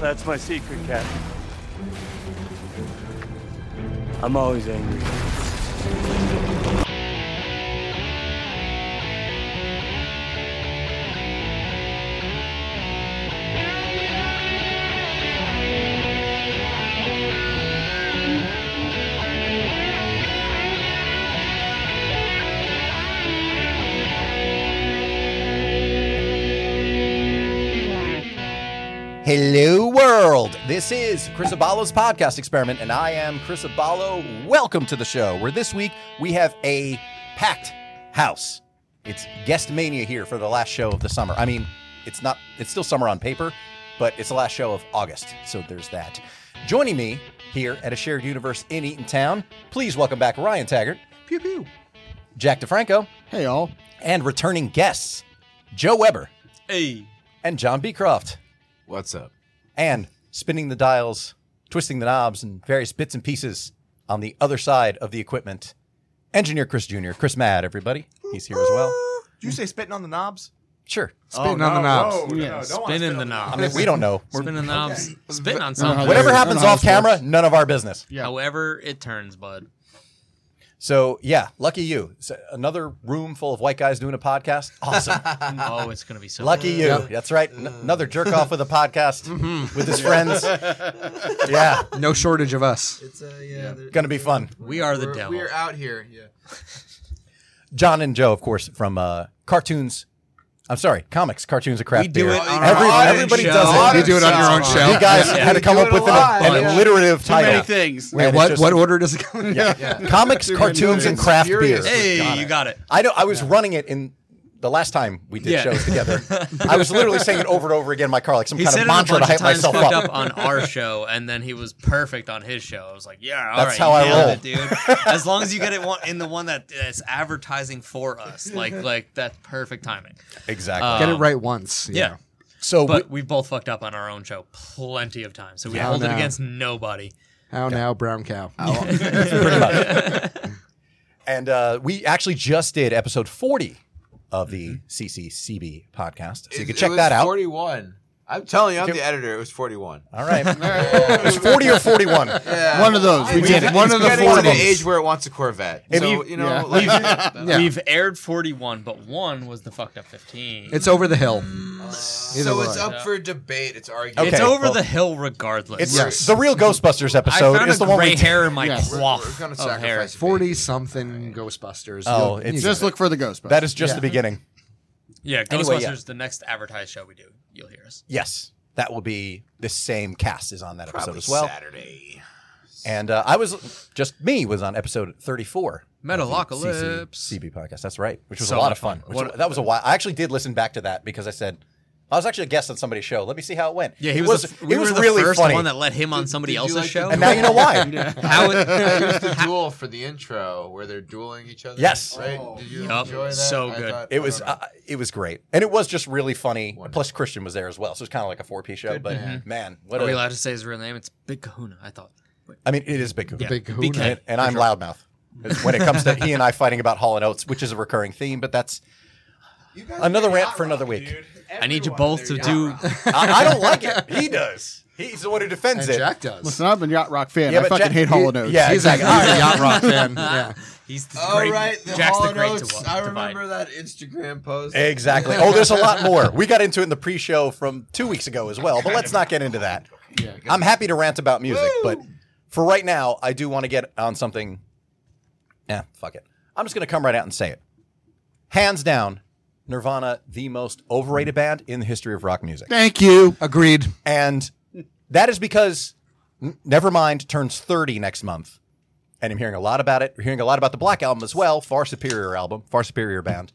That's my secret, Cap. I'm always angry. Hello, world. This is Chris Abalo's podcast experiment, and I am Chris Abalo. Welcome to the show, where this week we have a packed house. It's guest mania here for the last show of the summer. I mean, it's not, it's still summer on paper, but it's the last show of August, so there's that. Joining me here at a shared universe in Eatontown, please welcome back Ryan Taggart, Pew pew. Jack DeFranco, Hey all. and returning guests, Joe Weber Hey. and John Beecroft. What's up? and spinning the dials, twisting the knobs, and various bits and pieces on the other side of the equipment. Engineer Chris Jr., Chris Mad, everybody. He's here as well. Did you say spitting on the knobs? Sure. Spitting on the knobs. Yeah, Spinning the I knobs. mean, we don't know. Spinning the knobs. Spitting on know how something. that Whatever I don't happens know how off this camera, none of our business. However it turns, bud. So, yeah, lucky you. It's another room full of white guys doing a podcast. Awesome. Oh, it's gonna be so. lucky you. That's right. N- another jerk off with a podcast with his friends. yeah, No shortage of us. It's uh, yeah. they're- going to be fun. We are the we're- devil. We're out here. Yeah. John and Joe, of course, from uh, cartoons. I'm sorry, comics. Cartoons are crap. We do beer. it on our Every, own everybody show. does it. You do it on your own show. You guys had to come do up it with a an, lot. an Yeah. alliterative Too many title. things. Wait, And what? it's just- What order does it go in? Yeah. Comics, cartoons, and craft beer. furious. Hey, you got it. I know. I was running it in the last time we did Yeah. shows together. I was literally saying it over and over again in my car, like some He kind said of it a mantra bunch to hype of times myself fucked up. up on our show, and then he was perfect on his show. I was like, "Yeah, all That's right, how I you nailed roll. it, dude. As long as you get it one, in the one that is advertising for us, like like that's perfect timing." Exactly. Get it Um, right once. Yeah, so but we, have both fucked up on our own show plenty of times, so we Yeah. hold Oh, it no. against nobody. How now, brown cow? Oh, pretty much. and uh, we actually just did episode 40 of the CCCB podcast. So you It- can it check was that out. Forty-one. I'm telling you, I'm Can- the editor. It was forty-one. All right. it was 40 or 41. Yeah. One of those. We It's did it. getting- One it's of the getting four to of the them. age where it wants a Corvette. If so you- you, know, yeah. like, Yeah. We've aired 41, but one was the fucked up 15. It's over the hill. Mm. so way. it's up for debate. It's argued. Okay. It's over well- the hill regardless. It's Yes. the real Ghostbusters I episode. found It's a the one gray we hair in my Yes. We're- quaff we're gonna of hair. sacrifice it. Forty something Ghostbusters. Oh, You'll- it's- you Just Just look for the Ghostbusters. That is just the beginning. Yeah, Anyway, Ghostbusters, yeah. the next advertised show we do. You'll hear us. Yes, that will be the same cast is on that episode Probably as well. Saturday. And uh, I was just me was on episode thirty-four. Metalocalypse. CB podcast. That's right, which was So a lot much of fun. fun. Which- What- that was a while. I actually did listen back to that because I said I was actually a guest on somebody's show. Let me see how it went. Yeah, It he was. was. the, we it was were the really first funny. one that let him on somebody Did you else's like the- show. and now you know why. How It it, was the duel for the intro where they're dueling each other. Yes. Right? Did you Yup. enjoy that? So I good. thought- It I was don't know. uh, it was great, and it was just really funny. Um, Wonderful. Plus Christian was there as well, so it's kind of like a four-piece show. but man, what Are we a, allowed to say his real name? It's Big Kahuna. I thought. I mean, it is big. Yeah. Big Kahuna. BK. and, and I'm loudmouth It's when it comes to he and I fighting about Hall and Oates, which is a recurring theme. But that's You guys uh, another are rant hot for another rock, week. dude. I need you Everyone both to there, do. yeah. I, I don't like it. He does. He's the one who defends and it. Jack does. Listen, I'm a Yacht Rock fan. Yeah, I but fucking Jack- hate Hollow Notes. Yeah, He's a, he's exactly. a yacht rock fan. Yeah. He's the All great. Oh, right, the Jack's Hall the and great Oates, to I wa- remember divide. that Instagram post. Exactly. Oh, there's a lot more. We got into it in the pre-show from two weeks ago as well, but let's not get into that. I'm happy to rant about music, but for right now, I do want to get on something. Yeah, fuck it. I'm just gonna come right out and say it. Hands down, Nirvana, the most overrated band in the history of rock music. Thank you. Agreed. And that is because N- Nevermind turns 30 next month. And I'm hearing a lot about it. We're hearing a lot about the Black album as well. Far superior album, far superior band.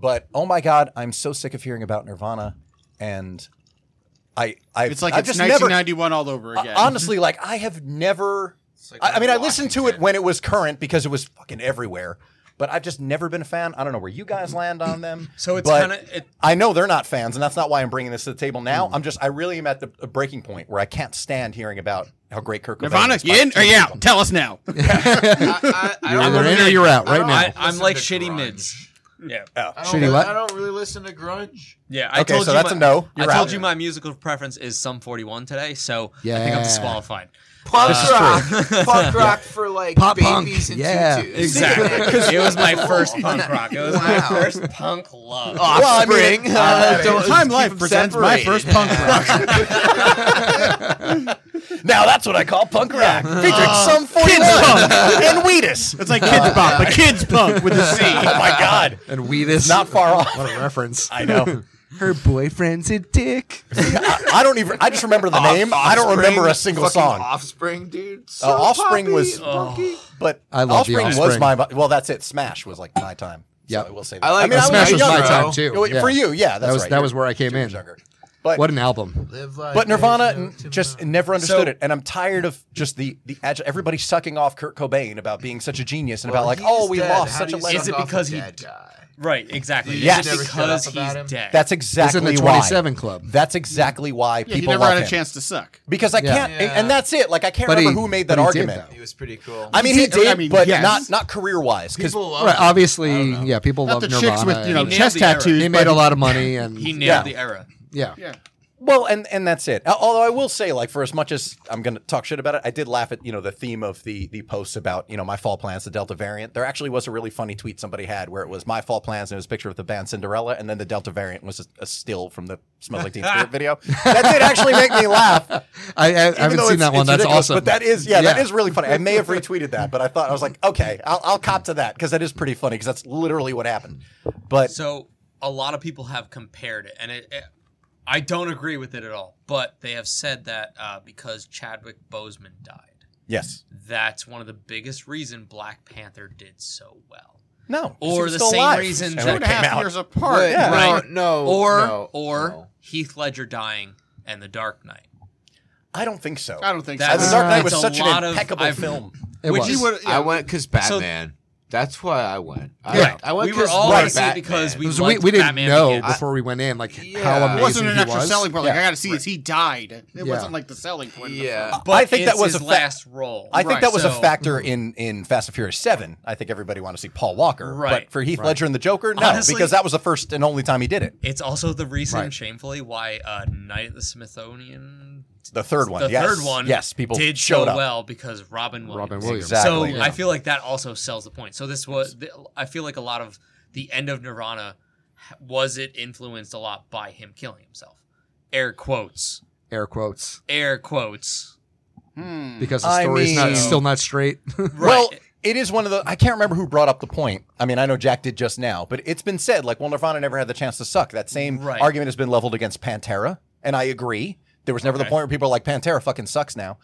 But oh my God, I'm so sick of hearing about Nirvana. And I, I, It's like I've it's just never, 1991 all over again. honestly, like I have never. like I, I mean, I listened to it Washington. when it was current because it was fucking everywhere. But I've just never been a fan. I don't know where you guys land on them. So it's but kind of. It, I know they're not fans, and that's not why I'm bringing this to the table now. Hmm. I'm just, I really am at the a breaking point where I can't stand hearing about how great Kirk Cobain Nirvana, is. you in or you out? Tell us now. I, I, I You're don't either know. in or you're out right now. I, I'm like shitty mids. Yeah. I Shitty don't, what? I don't really listen to grunge. Yeah. I okay, told so you that's my, a no. I You're told out. you my musical preference is Sum 41 today, so I think Yeah. I'm disqualified. Punk This is true. rock, punk rock for like Pop punk, babies and yeah. tutus. Exactly. it was my first punk rock. It was my Wow. first punk love. Offspring. Uh, don't- Time keep Life them presents my separated. first punk rock. Now that's what I call punk rock. Featuring some 41 and Wheatus. It's like kids pop, but kids punk with a C. Oh my God. And we this Not far off. What a reference. I know. Her boyfriend's a dick. I, I don't even, I just remember the name. I don't remember a single Fucking song. Offspring, dude. So Uh, Offspring poppy Oh, was- and punky. But I love the Offspring, was Offspring. my well. That's it. Smash was like my time. Yep. so I will say that. I like- mean, Uh, I Smash was young, my bro. time too. though. Yeah. For you, yeah, that's that was right. that You're- was where I came you're in. younger. But What an album. Live life but there's Nirvana no n- tomorrow. just never understood So- it, and I'm tired of just the the agi- everybody sucking off Kurt Cobain about being such a genius and Well, about like, he's oh, we dead. lost How such do a you legend. Is it suck off because a he- dead guy? Right, exactly. You Yes. Yes, never shut because up about he's him? dead. That's He's exactly in the why. 27 Club. That's exactly why Yeah, he people never love had a him. chance to suck. because I Yeah. can't, and- and Yeah. that's it. Like I can't But he- remember who made but that he did, argument. though. He was pretty cool. I mean, he did- did, I mean, but yes. not not career wise. Because People love Right, him. obviously, I don't know. yeah, people Not love the Nirvana. chicks with you know and nailed chest the era. tattoos. they but- made a lot of money and He nailed Yeah. the era. yeah. Yeah. Well, and and that's it. Al- Although I will say, like, for as much as I'm going to talk shit about it, I did laugh at you know the theme of the the posts about you know my fall plans, the Delta variant. There actually was a really funny tweet somebody had where it was my fall plans and it was a picture of the band Cinderella, and then the Delta variant was a, a still from the Smells Like Teen Spirit video. That did actually make me laugh. I, I, I even haven't though seen it's- that one. it's That's ridiculous, awesome. But that is, yeah, that is really funny. I may have retweeted that, but I thought I was like, okay, I'll, I'll cop to that because that is pretty funny because that's literally what happened. But So a lot of people have compared it, and it, it- I don't agree with it at all. But they have said that uh, because Chadwick Boseman died, yes, that's one of the biggest reason Black Panther did so well. no, 'cause he Or was the still same alive. reason And that it Two and a came half out. years apart. Wait, Yeah. Right. No, no, Oh, or no, or no. Heath Ledger dying and The Dark Knight. I don't think so. I don't think Uh, That's- the Uh, so. Dark Knight was it's a such lot an of- impeccable I've- film. It Which was. is- He would- yeah. I went because Batman. That's why I went. I, Yeah. I went we were 'cause all we're gonna see it because we Because liked we, we didn't Batman know Begins. before we went in like Yeah. how It amazing It wasn't an he extra was. selling point. Like, Yeah. I got to see is he died. It Yeah. wasn't like the selling point. of the Yeah. film. but I think that it's was his a fa- last role. I think Right, that was a so- factor in in Fast and Furious Seven. I think everybody wanted to see Paul Walker, Right, But for Heath Ledger and the Joker, no, Honestly- because that was the first and only time he did it. It's also the reason, Right. shamefully, why uh, Night at the Smithsonian, The third one, the yes, third one, yes, people did showed so up. well because Robin Williams. Robin Williams. Exactly. So I feel like that also sells the point. So this was, th- I feel like a lot of the end of Nirvana h- was it influenced a lot by him killing himself. Air quotes. Air quotes Air quotes. because the I story's not mean- still not straight. Well, Right. it is one of the. I can't remember who brought up the point. I mean, I know Jack did just now, but it's been said like, well, Nirvana never had the chance to suck. That same Right. argument has been leveled against Pantera, and I agree. There was never the Okay. point where people are like, Pantera fucking sucks now.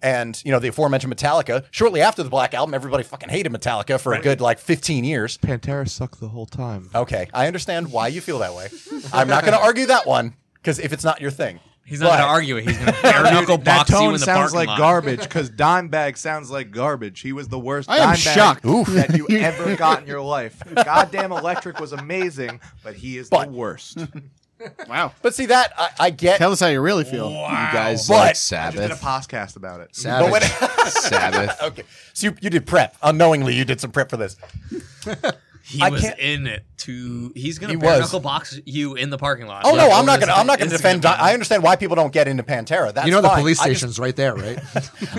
And you know the aforementioned Metallica. Shortly after the Black Album, everybody fucking hated Metallica for a good like 15 years. Pantera sucked the whole time. Okay, I understand why you feel that way. I'm not going to argue that one because if it's not your thing, He's not going to But- argue it. He's going to bare knuckle That box you in tone the sounds parking like lot. garbage because Dimebag sounds like garbage. He was the worst I am Dimebag shocked. that you ever got in your life. Goddamn Electric was amazing, but he is But- the worst. Wow. But see that I, I get. Tell us how you really feel. You guys But- like I just did a Sabbath. podcast about it. but when- Savage. Sabbath. okay, so you, you did prep unknowingly. You did some prep for this. He I was can't- in it to. He's going He to bare was. knuckle box you in the parking lot. Oh Like, no, I'm not this gonna. I'm not gonna is gonna defend. be- Di- I understand why people don't get into Pantera. That's you know the fine. police I just- station's right there, right?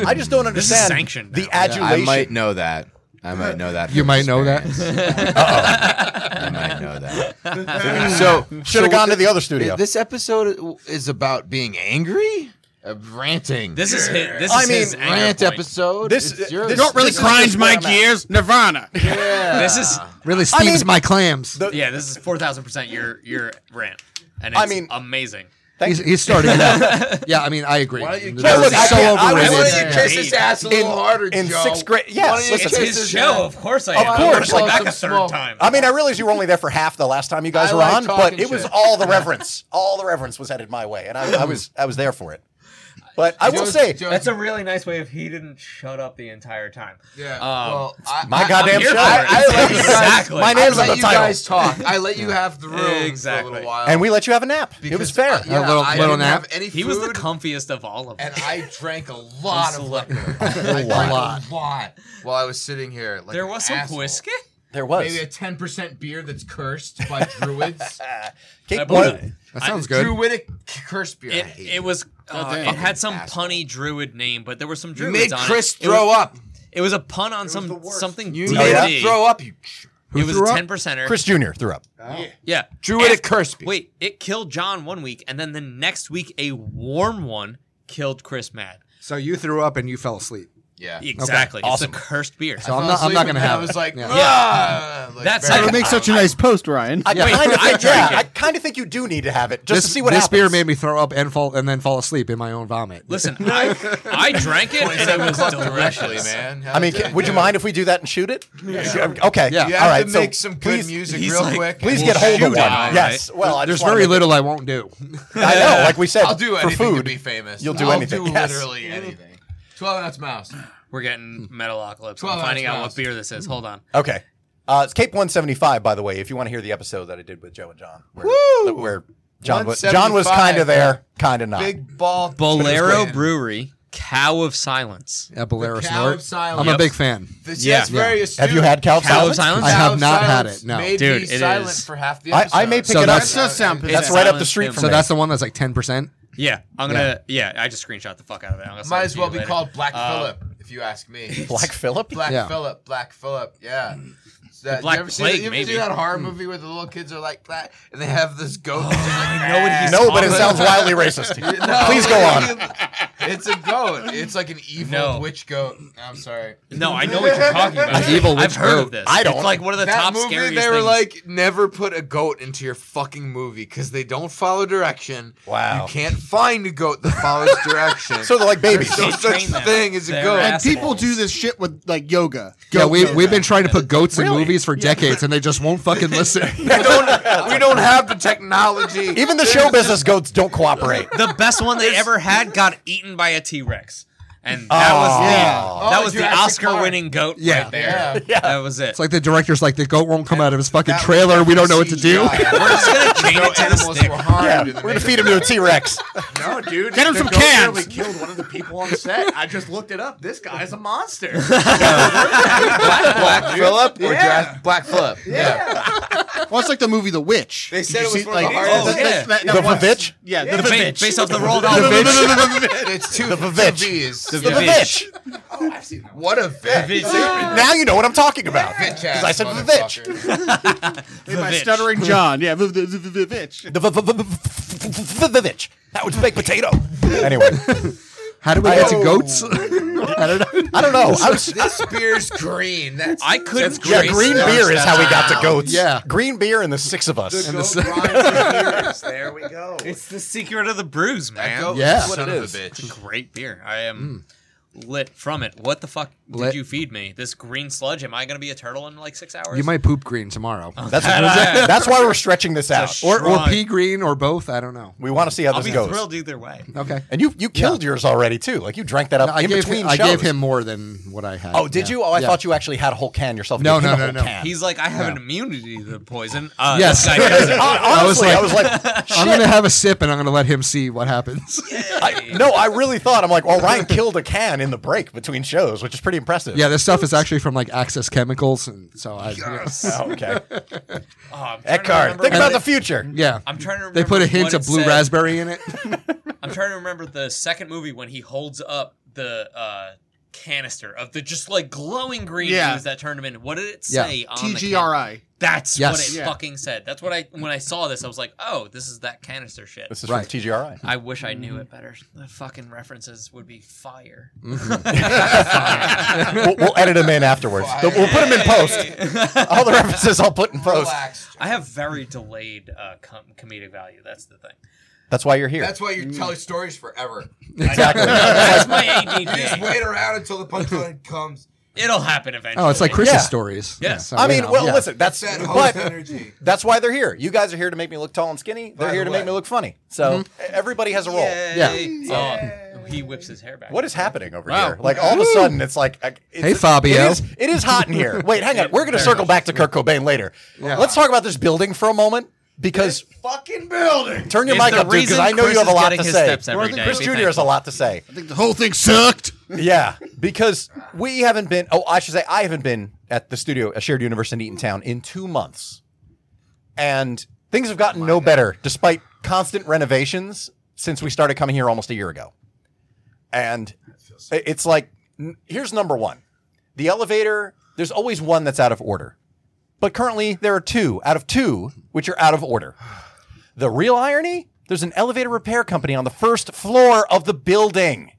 I just, don't is understand sanctioned the now. Yeah, I adulation. might know that. I might know that. You from might know that. experience. I might know that. so Should have Oh, gone to the other studio. This episode is about being angry, Uh, ranting. This is his. This I is mean, his anger rant point. episode. This- It's yours. this- You know what really This is grinds just my where I'm at. gears? Nirvana. Yeah. This is Really steams my clams. The- yeah. This is four thousand percent your your rant, and it's I mean- amazing. he's, he's starting it up. Yeah, I mean, I agree. Why don't you- That No, was look, I so can't- I Why was- overrated. don't you kiss his ass a little In- harder, in Joe? sixth grra- yes, Why don't you listen, kiss It's His show, ass? of course I Of am. I course. pushed it Like back some a third smoke. time. I mean, I realize you were only there for half the last time you guys I were like on, but talking it was shit. all the reverence. All the reverence was headed my way, and I, I was I was there for it. But I will Joe's- say, Joe's- That's a really nice way if he didn't shut up the entire time. Yeah. Um, well, I, my I- goddamn I'm here show. for it. I, I let you guys, exactly. my I name's on let the you title, guys talk. I let you have the room for a Exactly. little while. and we let you have a nap. it was Because fair. I, yeah, little- I little didn't nap. Have any food, He was the comfiest of all of them. and I drank a lot Just of look. liquor. I drank lot. a lot while I was sitting here. Like there an was some asshole. whiskey. There was. Maybe a 10% beer that's cursed by druids. Cake I one- believe it. That sounds good. Druidic cursed beer. I It, hate it was uh, damn. it had some Asshole. punny druid name, but there were some You druids made on Chris it. throw it was, Oh, up. It was a pun on the some worst. something. You D&D. made him throw up, you It was a threw up? ten percenter. Chris Jr. threw up. yeah, druidic cursed beer. Wait, it killed John one week, and then the next week a warm one killed Chris Mad. So you threw up and you fell asleep. Yeah. Exactly. Awesome. It's a cursed beer. So I'm not. I'm not gonna have. I it. was like, Yeah. ah, like That's very- That would make such a nice post, Ryan. I Yeah. kind of I think, drank yeah, it. I kind of think you do need to have it just this, to see what this happens. beer made me throw up and fall and then fall asleep in my own vomit. Listen, I, I drank it and it was directly, delicious. man. I mean, ca- would you mind if we do that and shoot it? Okay. Yeah. You All have right. to so make some good please, music he's real like, quick. Please We'll get hold of shoot one. it. out, yes. Well, I There's just wanna very make- little I won't do. I know. Like we said, I'll do for anything food. to be famous. you'll do I'll anything, do yes. literally anything. Twelve ounce mouse. We're getting Metalocalypse. Twelve I'm finding ounce out mouse. what beer this is. Hold on. Okay. Uh, it's Cape 175, by the way, if you want to hear the episode that I did with Joe and John. Where, where John was John was kind 175. of there, kind of not. Big ball. Bolero twin. Brewery, Cow of Silence. Yeah, Bolero The Cow snort. of Silence. I'm a Yep. big fan. This, Yeah. that's very astute. Have you had Cal Cow of Silence? Silence? I Cow have of not had Silence it, no. may be Dude, it silent is- for half the I, episode. I may pick So it up. that's- That does It's sound That's possessive. right up the Silence street Tim. from So me. that's the one that's like 10%. Yeah, I'm gonna. Yeah, I just screenshot the fuck out of it. I'm gonna send Might it as to well you be later. called Black Uh, Phillip, if you ask me. Black Phillip? Black Yeah. Phillip, Black Phillip, yeah. It's That, Black you ever Plague, see, you ever maybe. see that Hmm. horror movie where the little kids are like black and they have this goat? that's just like, I know what No, but it sounds wildly racist. Please go on. It's a goat. It's like an evil No. witch goat. I'm sorry. No, I know what you're talking about. An evil I've witch heard of goat. this. I don't. It's like one of the that top movie, scariest they were things. like, never put a goat into your fucking movie because they don't follow direction. Wow. You can't find a goat that follows direction. So they're like babies. There's no They such train them. thing as a They're goat. And people Assholes. do this shit with like yoga. Yeah, Goat we, yoga. we've been trying to put goats in Really? movies for decades and they just won't fucking listen. we don't, we don't have the technology. Even the show business goats don't cooperate. the best one they ever had got eaten by a T Rex, and that was the Oh. that Oh, was the Jurassic Oscar Park. winning goat Yeah. right there. Yeah. That was it. It's like the director's like, the goat won't come out of his fucking That was trailer. We don't know what to do. CGI. we're just gonna chain No it to the animals stick. were harmed. Yeah, in Oh, the we're gonna making feed of him to a that. T Rex. No, dude. Get him the some goat cans. nearly killed one of the people on set. I just looked it up. This guy's a monster. Black Phillip or Yeah. Jurassic- Black Phillip. Yeah. Well, it's like the movie The Witch. They said Did it you was see, one of the that- hardest- that- that- that Oh, The one- Vavitch? Yeah, The the ba- bitch. based off the Roald Dahl. The movie. bitch. It's two, The two Vavitch. V's. The bitch. Oh, I've seen that. one. What a bitch. Now you know what I'm talking about. Because I said the bitch. Made by Vavitch. Stuttering John. Yeah, the- the- the- the Vavitch. The v- v- v- v- v- v- bitch. That was baked potato. Anyway, How do we get Oh. to goats? I don't know. I was, This beer's green. That's I couldn't. yeah, grace green that. beer is how we got to goats. Yeah. green beer and the six of us. the Goat se- grinds your gears. There we go. It's the secret of the brews, That man. goat Yeah. was a son What it of is. a It's bitch. a great beer. I am lit from it. What the fuck Mm. Lit. did you feed me? This green sludge. Am I gonna be a turtle in like six hours? you might poop green tomorrow. That's that's why we're stretching this out. sh- Or, or Right. pea green or both. I don't know. we want to see how I'll this be goes. thrilled either way. Okay. And you you killed yours already too. Like you drank that up No, I, in gave between him, I shows. gave him more than what I had. Oh, did Yeah. you? Oh, I Yeah. thought you actually had a whole can yourself. No, You no, gave him no, a whole no. Can. He's like, I have an immunity to the poison. Uh, Yes. this guy doesn't. Hon- I was honestly, like- I was like, I'm going to have a sip and I'm going to let him see what happens. I, no, I really thought I'm like, well, Ryan killed a can in the break between shows, which is pretty impressive. yeah, this stuff is actually from like Access Chemicals. And so I. Oh, okay. Oh, I'm trying to Eckhart, remember think what about it- the future. Yeah. I'm trying to remember. They put a hint what of it blue said. raspberry in it. I'm trying to remember the second movie when he holds up the uh, canister of the just like glowing green Yeah. juice that turned him into. What did it Yeah. say? on the can? TGRI. That's Yes. what it Yeah. fucking said. That's what I when I saw this, I was like, oh, this is that canister shit. This is Right. from TGRI. I wish I knew Mm. it better. The fucking references would be fire. we'll, we'll edit him in afterwards. We'll we'll put him in post. All the references I'll put in post. Relax. I have very delayed uh, com- comedic value. That's the thing. That's why you're here. That's why you tell stories forever. exactly. That's my Just ADD. wait around until the punchline comes. It'll happen eventually. Oh, it's like Chris's Yeah. stories. Yes. so, I you mean, know, well, yeah. listen. That's That but host energy. that's why they're here. You guys are here to make me look tall and skinny. They're By here the to way. make me look funny. So Mm-hmm. everybody has a role. Yeah. Oh, he whips his hair back. What is happening over Wow. here? Like all of a sudden, it's like I- it's, Hey, Fabio. It is, it is hot in here. Wait, hang on. We're going to circle back to Kurt Cobain later. Let's talk about this building for a moment because Fucking building. turn your It's mic the up, dude, because reason I know Chris you have a is lot getting to his say. steps every day. Chris Be Jr. has a lot to say. I think the whole thing sucked. Yeah, because we haven't been. Oh, I should say I haven't been at the studio, a shared universe in Eatontown, in two months, and things have gotten no better despite constant renovations since we started coming here almost a year ago. And i- it's like, n- here's number one: the elevator. There's always one that's out of order, but currently there are two out of two which are out of order. The real irony: there's an elevator repair company on the first floor of the building.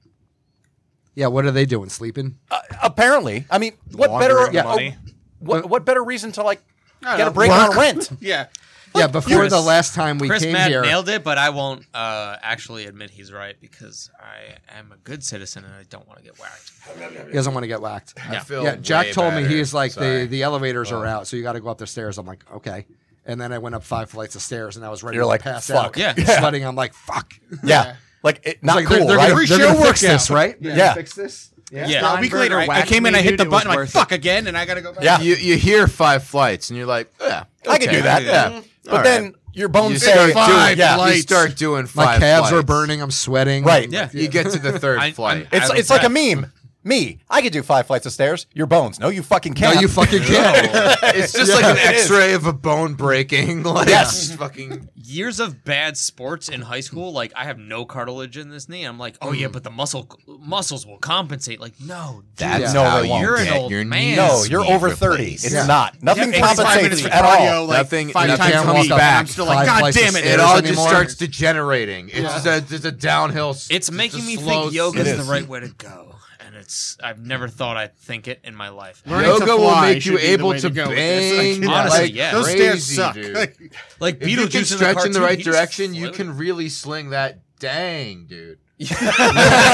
Yeah, what are they doing? Sleeping? Uh, Apparently, I mean, what better Laundering yeah, money. oh, what, what better reason to like I get a know, break work. on rent? Yeah. yeah, before Chris- the last time we Chris came Matt here. nailed it, but I won't uh, actually admit he's right because I am a good citizen and I don't want to get whacked. He doesn't want to get whacked. I feel yeah, Jack way told me better. he's like Sorry. the the elevators are out, so you got to go up the stairs. I'm like, okay. And then I went up five flights of stairs, and I was ready You're to like, pass fuck. out. Yeah. sweating. I'm like, fuck. Yeah, like it, not like cool, they're, they're right? gonna, they're gonna fix this, right? yeah, Fix this. Yeah. A week later, I, I came in, I hit the button, I'm like, fuck again, and I gotta go back. Yeah. You, you hear five flights and you're like, yeah, I can okay, do that. Yeah. but All then right. your bones you say, start, "Dude, doing, yeah, yeah, you start doing My five calves are flights. burning. I'm sweating. right." Yeah. You get to the third I- I'm- flight. It's Out of it's like a breath. meme. Me, I could do five flights of stairs. Your bones, no, you fucking No, can't. you fucking can't. it's just like an X-ray of a bone breaking. Like, Yes. fucking. Years of bad sports in high school, like I have no cartilage in this knee. I'm like, oh yeah, but the muscle muscles will compensate. Like, no, dude. That's No, how they you won't. are You're an get old your man. knees No, you're knee over thirty. replaced. It's Yeah. not. Nothing Yeah, 25 compensates minutes at cardio, all. Like, Nothing- five nothing times comes a week. back. I'm still like, Five God flights damn of it. It stairs all just anymore. starts degenerating. It's just a, just a downhill. s- It's just making a me slow think s- yoga's It the is. right way to go, and it's I've never thought I'd think it in my life. Learning to Yoga will fly make should you be the able way to go with bang this. Like, honestly, like yeah. Those crazy, stairs suck. dude. Like, Like If you Beetlejuice can in the stretch in the cartoon, right he just direction, you floated. can really sling that dang, dude. you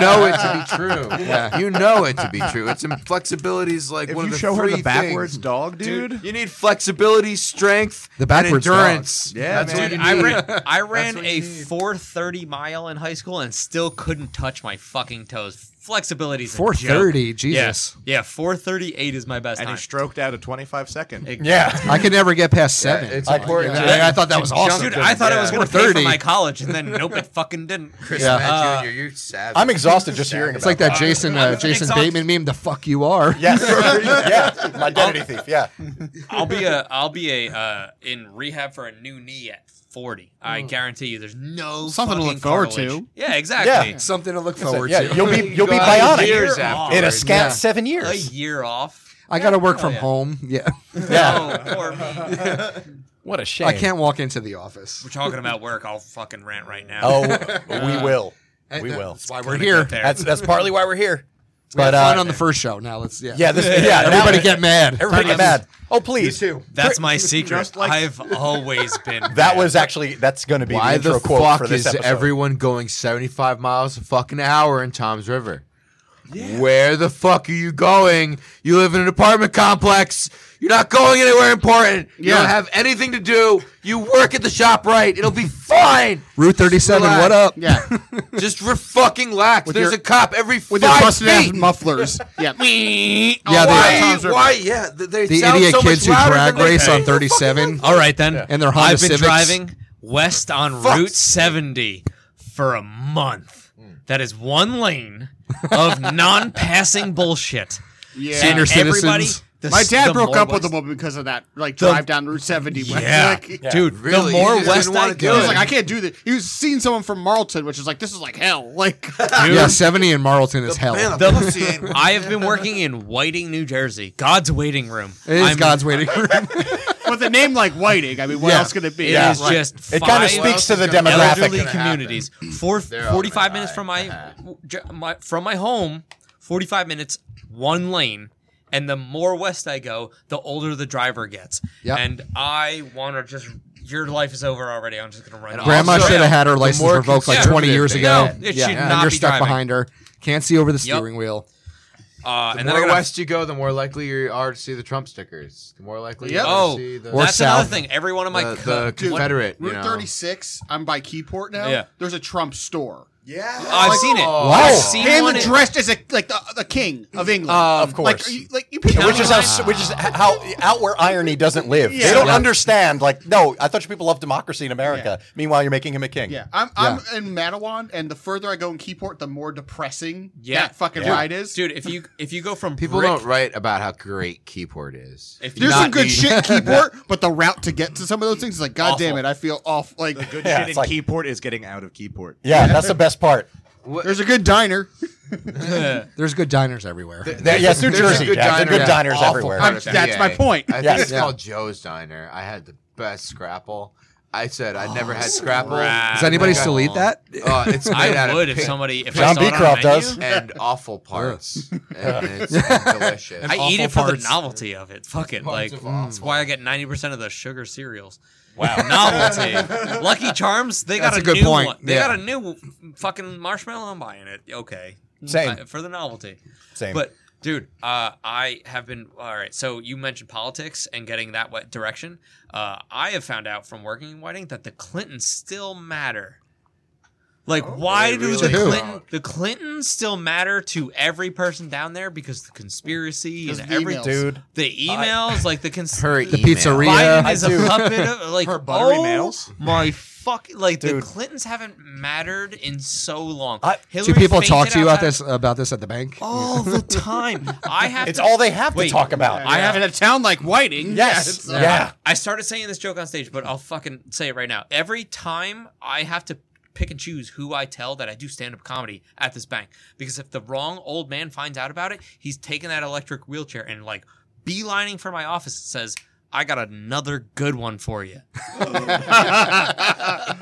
know it to be true. You know it to be true. It's inflexibility is like If one you of the show her three the backwards things. dog, dude, You need flexibility, strength, The backwards and endurance. dog. Yeah, That's man. what you I need. ran, I ran what a you need. 430 mile in high school and still couldn't touch my fucking toes. Flexibility's a joke. 430, Jesus. Yeah, yeah 438 is my best and he time. stroked out a 25 second. Yeah, I could never get past Yeah, seven. it's I, important to- I, I thought that was awesome. Dude, I thought I was Yeah. going to pay for 430. my college, and then nope, it fucking didn't. Chris Yeah. Matt Jr., you're savage. I'm exhausted just hearing. it's like that Jason uh, I'm Jason exhausted. Bateman meme. The fuck you are. Yes. yeah. My identity thief. Yeah. I'll be a I'll be a uh, in rehab for a new knee at 40. I guarantee you, there's no Something to fucking look forward cartilage. to. Yeah, exactly. Yeah. Something to look forward Yeah. to. You'll be you'll be Go out bionic years You're off. in a afterwards. scat Yeah. seven A years. year off. I got to work Oh, from yeah. home. Yeah, Yeah. No, poor me. What a shame. I can't walk into the office. We're talking about work. I'll fucking rant right now. Oh, we will. We will. That's why we're Gotta here. get there. That's that's partly why we're here. We had But, fun uh, on the first show. Now let's yeah. Yeah. This. Yeah. Everybody now- get mad. Everybody get mad. Oh please. That's my secret. I've always been. That bad. was actually that's going to be the Why intro the quote for fuck this is episode. everyone going 75 miles a fucking hour in Tom's River? Where the fuck are you going? You live in an apartment complex. You're not going anywhere important. You Yeah. don't have anything to do. You work at the shop right. It'll be fine. Route 37. Relax. What up? yeah. Just re- fucking lax. There's your- a cop every With your five busted ass feet. mufflers. Yeah. Yeah, why? the, Tom's River. why? Yeah, th- they the sound idiot so kids much who louder drag than they race on sound. 37. All right then. And their Honda I've been Civics. driving west on Fuck. Route 70 for a month. That is one lane of non-passing bullshit. Yeah. Senior And everybody- citizens. the- My dad the broke more up with a west- woman because of that, like drive down Route 70. Yeah. Like, Dude, Really? the more You just west didn't wanna I do He go, was like, I can't do this. He was seeing someone from Marlton, which is like, this is like hell. Like, Yeah, 70 in Marlton is hell. Man, It the pussy ain't- I have been working in Whiting, New Jersey. God's waiting room. is I'm- God's waiting room. with a name like Whiting, I mean, what Yeah. else could it be? It Yeah. is Right. just It kind five of speaks to the gonna- demographic. elderly happen. communities. Four, They're all 45 gonna minutes die. from my, j- my from my home, 45 minutes, one lane. And the more west I go, the older the driver gets. Yep. And I want to just, your life is over already. I'm just going to run. And off. Grandma Also, should yeah, have had her the license more revoked like 20 conservative years they ago. get, It yeah, should and not you're be stuck driving. behind her. Can't see over the steering wheel. Uh, The and then I more gotta- west you go, the more likely you are to see the Trump stickers. The more likely Yep. you are to Oh, see the, Or that's south. another thing. Every one of my the, co- the Dude, Confederate. Route you know. 36, I'm by Keyport now. Yeah. There's a Trump store. Yeah. I've seen it. Wow. I've Wow. seen Him one in- dressed as a like the, the king of England. Uh, of like, course. are you, like you people, which is how, which is how out where irony doesn't live. They Yeah. don't Yeah. understand. Like, no, I thought you people love democracy in America. Meanwhile, you're making him a king. Yeah, I'm, I'm in Madawan, and the further I go in Keyport, the more depressing Yeah. that fucking Yeah. ride is. dude. If you if you go from People brick, don't write about how great Keyport is. If There's Not some good neat. shit in Keyport, but the route to get to some of those things is like, god damn Awful. it, I feel off. Like, The good Yeah, shit it's in like- Keyport is getting out of Keyport. Yeah, that's the best part. there's a good diner. There's good diners everywhere. There- yes, New There's a Jersey. good yeah, diner the good at diners awful everywhere. part of I'm- that's PA. my point. I think Yes. it's called Joe's Diner. I had the best scrapple. I said I'd never had scrapple. Does Does anybody Okay. still eat that? Uh, it's made out I of would if pick- somebody if John I saw it on a Beecroft menu, does. and awful parts. and it's delicious. I Awful eat it for parts. the novelty of it. Fuck it, like Parts of awful. that's why I get ninety percent of the sugar cereals. Wow, novelty. Lucky Charms, they That's got a a, good new point, one. They yeah. got a new fucking marshmallow. I'm buying it. Okay, Same. I- for the novelty. Same. But dude, uh, I have been all right. So you mentioned politics and getting that wet direction. Uh, I have found out from working in Whiting that the Clintons still matter. Like, why They do really the don't. Clinton, the Clintons still matter to every person down there because the conspiracy and Because the every emails. Dude, the emails, like the cons- Her the email. pizzeria. Biden I is a do. puppet of like Her buttery oh, mails. My fuck, like Dude. the Clintons haven't mattered in so long. I- Do Hillary people faked talk it to you out about la- this about this at the bank? all the time. I have. it's to- all they have to Wait. talk about. I have in a town like Whiting. yes. yeah, Yeah. it's, uh, I started saying this joke on stage, but I'll fucking say it right now. Every time I have to pick and choose who I tell that I do stand up comedy at this bank, because if the wrong old man finds out about it, he's taking that electric wheelchair and like beelining for my office and says, "I got another good one for you."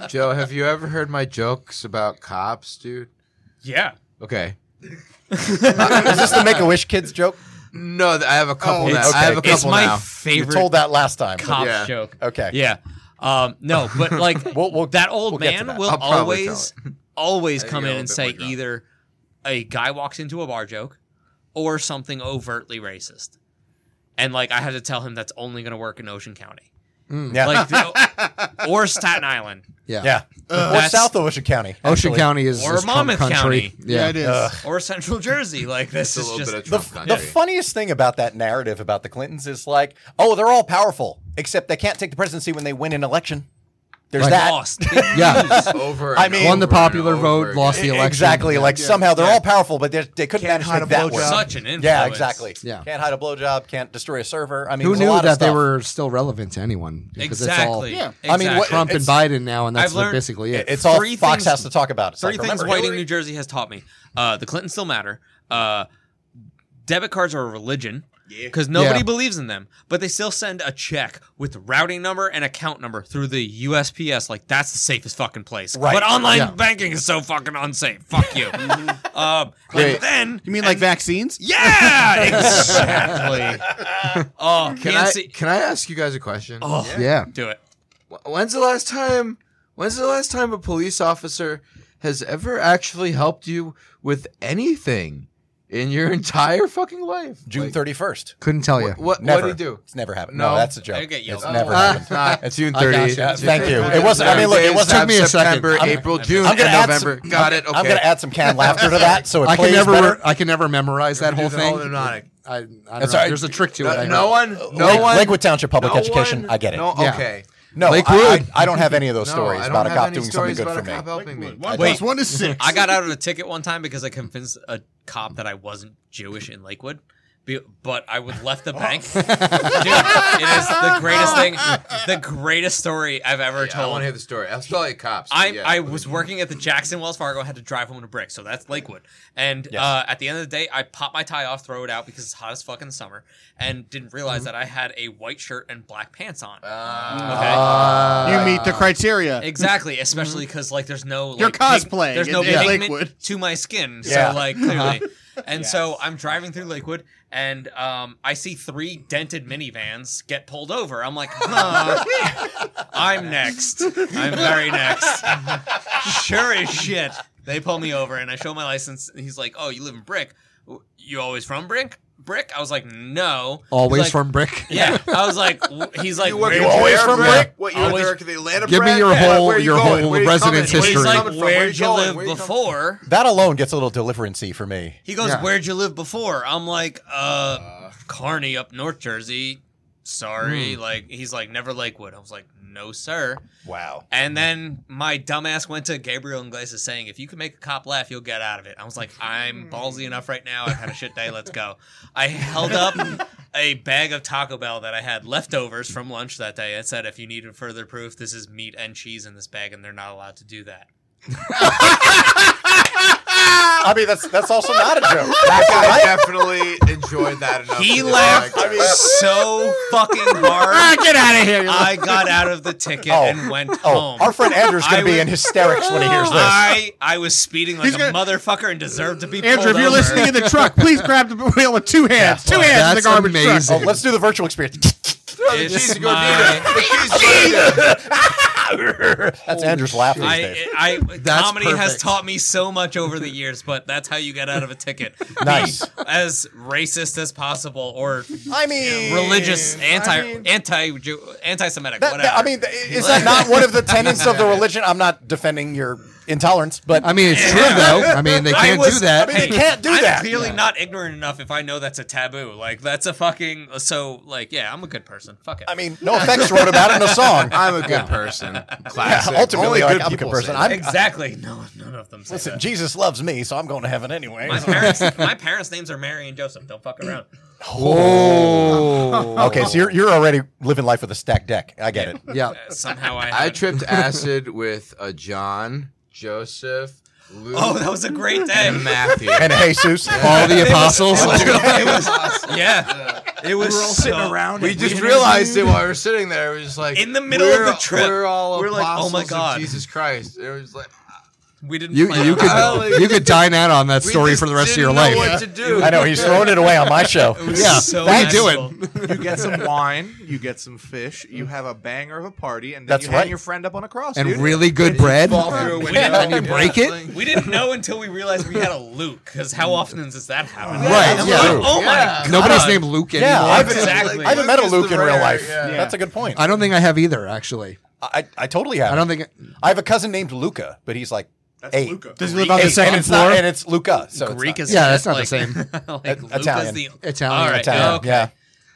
Joe, have you ever heard my jokes about cops, dude? Yeah. Okay. Is this the Make a Wish kids joke? No, th- I have a couple Oh, now. okay. I have a couple It's my now. You favorite told that last time. cop Yeah. joke. Okay. Yeah. Um, no, but like We'll- we'll- that old we'll get to man that. will I'll probably tell always always I come think in I'm a and bit say more drunk. either a guy walks into a bar joke or something overtly racist. And like I had to tell him that's only going to work in Ocean County. Yeah. Like the- or Staten Island Yeah. yeah. or that's- south of Ocean County. Ocean actually. County is, Or is Trump Monmouth country. County. Yeah. it is. Ugh. or Central Jersey. Like It's this a is little just bit of the, Trump country. the funniest thing about that narrative about the Clintons is like, oh, they're all powerful, except they can't take the presidency when they win an election. There's Right. that. lost. Yeah. over. I and mean- over Won the and popular over vote, again. lost the election. Exactly. Like somehow they're all powerful, but they, they couldn't Can't manage hide to make a that blowjob. work. Such an influence. Yeah, exactly. Yeah. Can't hide a blowjob. Can't destroy a server. I mean, Who there's a knew lot of that they stuff. were still relevant to anyone? Because Exactly. It's all Yeah. I mean, what- Trump and It's- Biden now, and that's I've learned- basically it. It's all Three Fox things- has to talk about. It's Three like, things remember Whiting, Hillary? New Jersey has taught me. Uh, the Clintons still matter. Uh, debit cards are a religion because nobody Yeah. believes in them, but they still send a check with routing number and account number through the USPS. Like, that's the safest fucking place. Right. But online Yeah. banking is so fucking unsafe. Fuck you. um, Wait. and then. You mean like vaccines? Yeah, exactly. oh, Can can't I, see- can I ask you guys a question? Oh, yeah. do it. Wh- When's the last time? When's the last time a police officer has ever actually helped you with anything in your entire fucking life? June Like, 31st. Couldn't tell you. What? What Never. did he do? It's never happened. No, No. that's a joke. I get it's yelled at. never Oh. happened. Ah, June I got 30. you. Yeah, thank you. It wasn't. I mean, look, it wasn't. Took me a second. September, I'm- April, June, I'm and gonna add November. some- Got it. Okay. I'm going to add some canned laughter to that, so it I can plays never. better. I can never memorize that whole do the thing. whole mnemonic. I, I don't know. That's all right. There's a trick to it. No, I know. no one. No Lake- one. Lakewood Township Public no Education. one- I get it. No. Yeah. Okay. No, I, I, Lakewood. I don't have any of those No, stories I don't about a have cop any doing something stories good about for a me. cop helping me. One Wait. plus one is six. I got out of a ticket one time because I convinced a cop that I wasn't Jewish in Lakewood. Be- But I would left the bank. Dude, it is the greatest thing, the greatest story I've ever I want told. to hear the story. I'll tell you cops. but I, yeah. I was working at the Jackson Wells Fargo. I had to drive home to Brick, so that's Lakewood. And Yes. uh, at the end of the day, I popped my tie off, throw it out because it's hot as fuck in the summer, and didn't realize that I had a white shirt and black pants on. Mm-hmm. Ah. okay, you meet Uh, the criteria. exactly, especially because like there's no like, Mm-hmm. You're pig- cosplaying there's no in- in pigment Lakewood. to my skin, Yeah. so like clearly. And so I'm driving through Lakewood, and um, I see three dented minivans get pulled over. I'm like, huh, I'm next. I'm very next. sure as shit. They pull me over, and I show my license, and he's like, "Oh, you live in Brick? You always from Brick?" brick? I was like, no. Always He's like, from brick. Yeah, I was like, w- he's like, were where- you always from Brett? Brick? What you Always- were there to the Atlanta? Give me Brett? your Yeah, whole- where you your going? whole Where you residence coming? Where you history. he's like, coming from? Where where'd you going? live Where coming- before? That alone gets a little deliverancy for me. He goes, Yeah. where'd you live before? I'm like, uh, Carney up North Jersey. Sorry, like he's like never Lakewood. I was like, no sir. Wow. And then my dumbass went to Gabriel Iglesias saying, if you can make a cop laugh, you'll get out of it. I was like, I'm ballsy enough right now. I've had a shit day. Let's go. I held up a bag of Taco Bell that I had leftovers from lunch that day. It said, if you needed further proof, this is meat and cheese in this bag, and they're not allowed to do that. I mean, that's that's also not a joke. That guy definitely enjoyed that enough. He to be laughed like, so fucking hard. Get out of here. I got out of the ticket Oh. and went Oh, home. our friend Andrew's I going to be would- in hysterics when he hears this. I, I was speeding like He's a gonna- motherfucker and deserved to be pulled Andrew, if you're over. listening in the truck, please grab the wheel with two hands. two hands in the That's garbage truck. Oh, amazing. let's do the virtual experience. It's my- That's Andrew's laugh these days. I, I, That's comedy has perfect. taught me so much over the years, but that's how you get out of a ticket. Nice. Be as racist as possible, or I mean, religious, anti, anti, anti Semitic, That- whatever. that- I mean, th- is that not one of the tenets of the religion? I'm not defending your intolerance, but I mean, it's true though. I mean, they I can't was- do that. I mean, they can't do I'm that. clearly not ignorant enough if I know that's a taboo. Like that's a fucking so. Like yeah, I'm a good person. Fuck it. I mean, No Effects wrote about it in a song. I'm a good person. Yeah, Classic. Only ultimately, like, good I'm a good people person. say I'm, exactly. No, none of them say listen, that. Jesus loves me, so I'm going to heaven anyway. my parents, my parents' names are Mary and Joseph. Don't fuck around. Oh. Okay, so you're, you're already living life with a stacked deck. I get it. Yeah. Uh, Somehow I I. had- tripped acid with a John, Joseph, Luke, Oh, that was a great day. and Matthew. And Jesus, All the apostles. it was, yeah. It was We're all sitting so- around. we and just we- realized it while we were sitting there. It was just like In the middle of we're- the trip, We're all we're like, oh apostles my God. of Jesus Christ. It was like We didn't. You plan you on that. could you could dine out on that we story just for the rest of didn't your know life. What to do? I know he's throwing it away on my show. It was Yeah, so why do it? magical. You get some wine, you get some fish, you have a banger of a party, and then That's you right. hang your friend up on a cross. And dude. really good bread. fall through a And window. then you break it. We didn't know until we realized we had a Luke, because how often does that happen? Right, I'm yeah. like, oh my Yeah. god. Nobody's named Luke anymore. Yeah, I've, Exactly. I haven't met a Luke is Luke the in real rare, life. yeah. That's a good point. I don't think I have either, actually. I, I totally have. I don't think I have a cousin named Luca, but he's like eight. Does he live on the Eight, and second it's not- floor? and it's Luca. So it's Greek not- is Yeah, that's just not the like- same. like Luke Italian. is the Italian, All right, Italian, okay. yeah.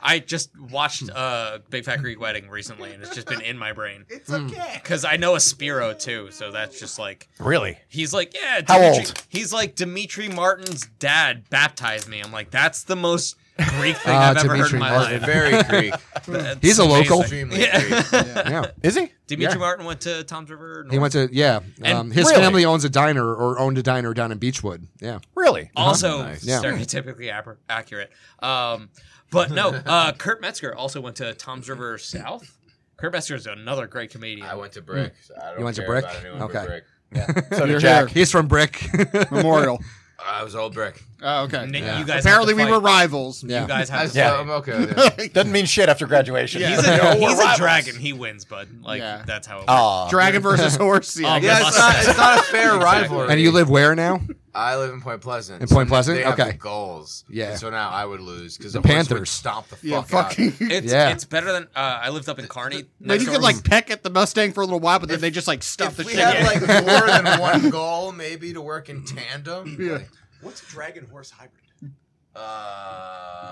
I just watched uh, Big Fat Greek Wedding recently, and it's just been in my brain It's okay. because Hmm. I know a Spiro too. So that's just like really. He's like, yeah. How Dimitri- old? He's like Dimitri Martin's dad baptized me. I'm like, that's the most Greek thing Ah, I've ever heard Dimitri in my Martin. life. Very Greek. That's He's a local. amazing. Extremely Yeah. Greek. Yeah. Is he? Dimitri Yeah. Martin went to Tom's River. He went to yeah. And Um, his really? family owns a diner or owned a diner down in Beechwood. Yeah. Really? also Nice. Yeah. stereotypically ap- accurate. Um, but no, uh, Kurt Metzger also went to Tom's River South. Kurt Metzger is another great comedian. I went to Brick. so I don't You went to care Brick? about anyone but Okay. Brick. So did You're Jack. here. He's from Brick. Memorial. I was old Brick. Oh, okay. Nick, You guys Apparently, have we to were fight. rivals. yeah. You guys I, have. to yeah. fight. I'm okay with it. Doesn't mean shit after graduation. He's a, he's a dragon. He wins, bud. Like Yeah. that's how. It works. Aw. Dragon versus horse. Yeah, I Um, guess. Yeah, it's not, it's not a fair rivalry. and you live where now? I live in Point Pleasant. In Point Pleasant? they have Okay. the goals. Yeah. And so now I would lose because the, Panthers would Panthers. stomp the fuck yeah, out. fucking. It's, Yeah. it's better than uh, I lived up in Kearney. No, next you door could was- like peck at the Mustang for a little while, but then they just like stuff If the we shit. had in it. like more than one goal, maybe to work in tandem. Yeah. Like, What's a dragon horse hybrid? uh,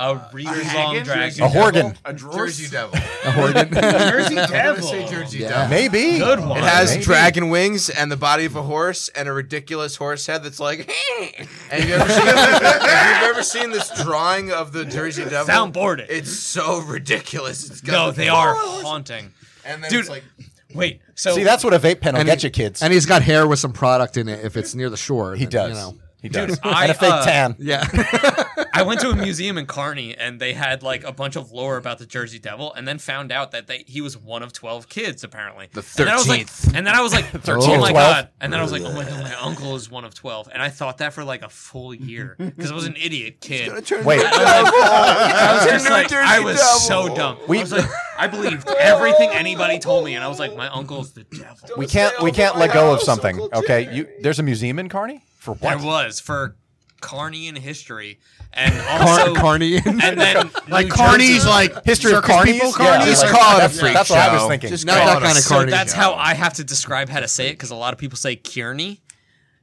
a reader's long dragon. A horgan. A drawer? Jersey Devil. A Horgan. Jersey I'm gonna say Jersey Devil. Yeah. Maybe. Good one. It has Maybe. dragon wings and the body of a horse and a ridiculous horse head that's like. and you ever seen, have you ever seen this drawing of the Jersey Devil? Soundboarded. It's so ridiculous. It's got no, the they are four- haunting. And then Dude. it's like Wait, so See, that's what a vape pen will And get he- you, kids. and he's got hair with some product in it if it's near the shore. he then, does. You know. He does. Dude, and I, a fake uh, tan. Yeah. I went to a museum in Kearney and they had like a bunch of lore about the Jersey Devil, and then found out that they, he was one of twelve kids apparently. The And then I was like, 13th. and then I was like, oh 13th, my 12. god! And then I was like, oh my god, my uncle is one of twelve, and I thought that for like a full year because I was an idiot kid. Wait. I was just Turn like, Jersey I was Devil. so dumb. I was like, I believed everything anybody told me, and I was like, my uncle's the devil. we can't. We can't let go of something. Okay. You. There's a museum in Carney for There what? was for Carney in history, and also Carney. and then like New Carney's Jersey. like History of circus carnies? people Yeah, Carney. like- Just call it a that's- freak that's what I was show. thinking. Just Not call that it a kind of freak So Carney. that's show. how I have to describe how to say it because a lot of people say Kearney.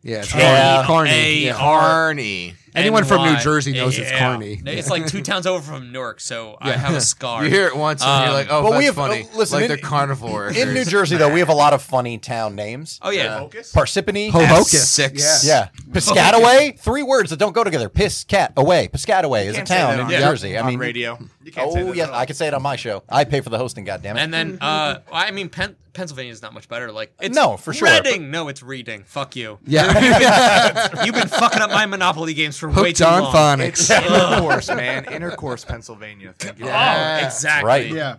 Yeah, it's Yeah. Carney. A- Carney. Yeah. Carney. Anyone from New NY. Jersey knows it's Carney. It's like two towns over from Newark, so I have a scar. You hear it once and Um, you're like, oh, but that's we have- funny. uh, listen, like in- they're carnivore. In New Jersey, though, we have a lot of funny town names. Oh yeah. Parsippany. Hoboken. Six. Yeah. Piscataway. Three words that don't go together. Piss, cat, away. Piscataway is a can't say town that in on- New Yeah. Jersey. I on mean, radio. You can't say oh, that yeah. at all. I could say it on my show. I pay for the hosting, goddammit. And then, uh, I mean, Pen- Pennsylvania is not much better. Like, it's No, for sure. Reading, no, it's reading. Fuck you. Yeah. You've been fucking up my Monopoly games for way Hooked too on long. phonics. It's intercourse, man. Intercourse, Pennsylvania. Thank you. Oh, exactly. Right. Yeah.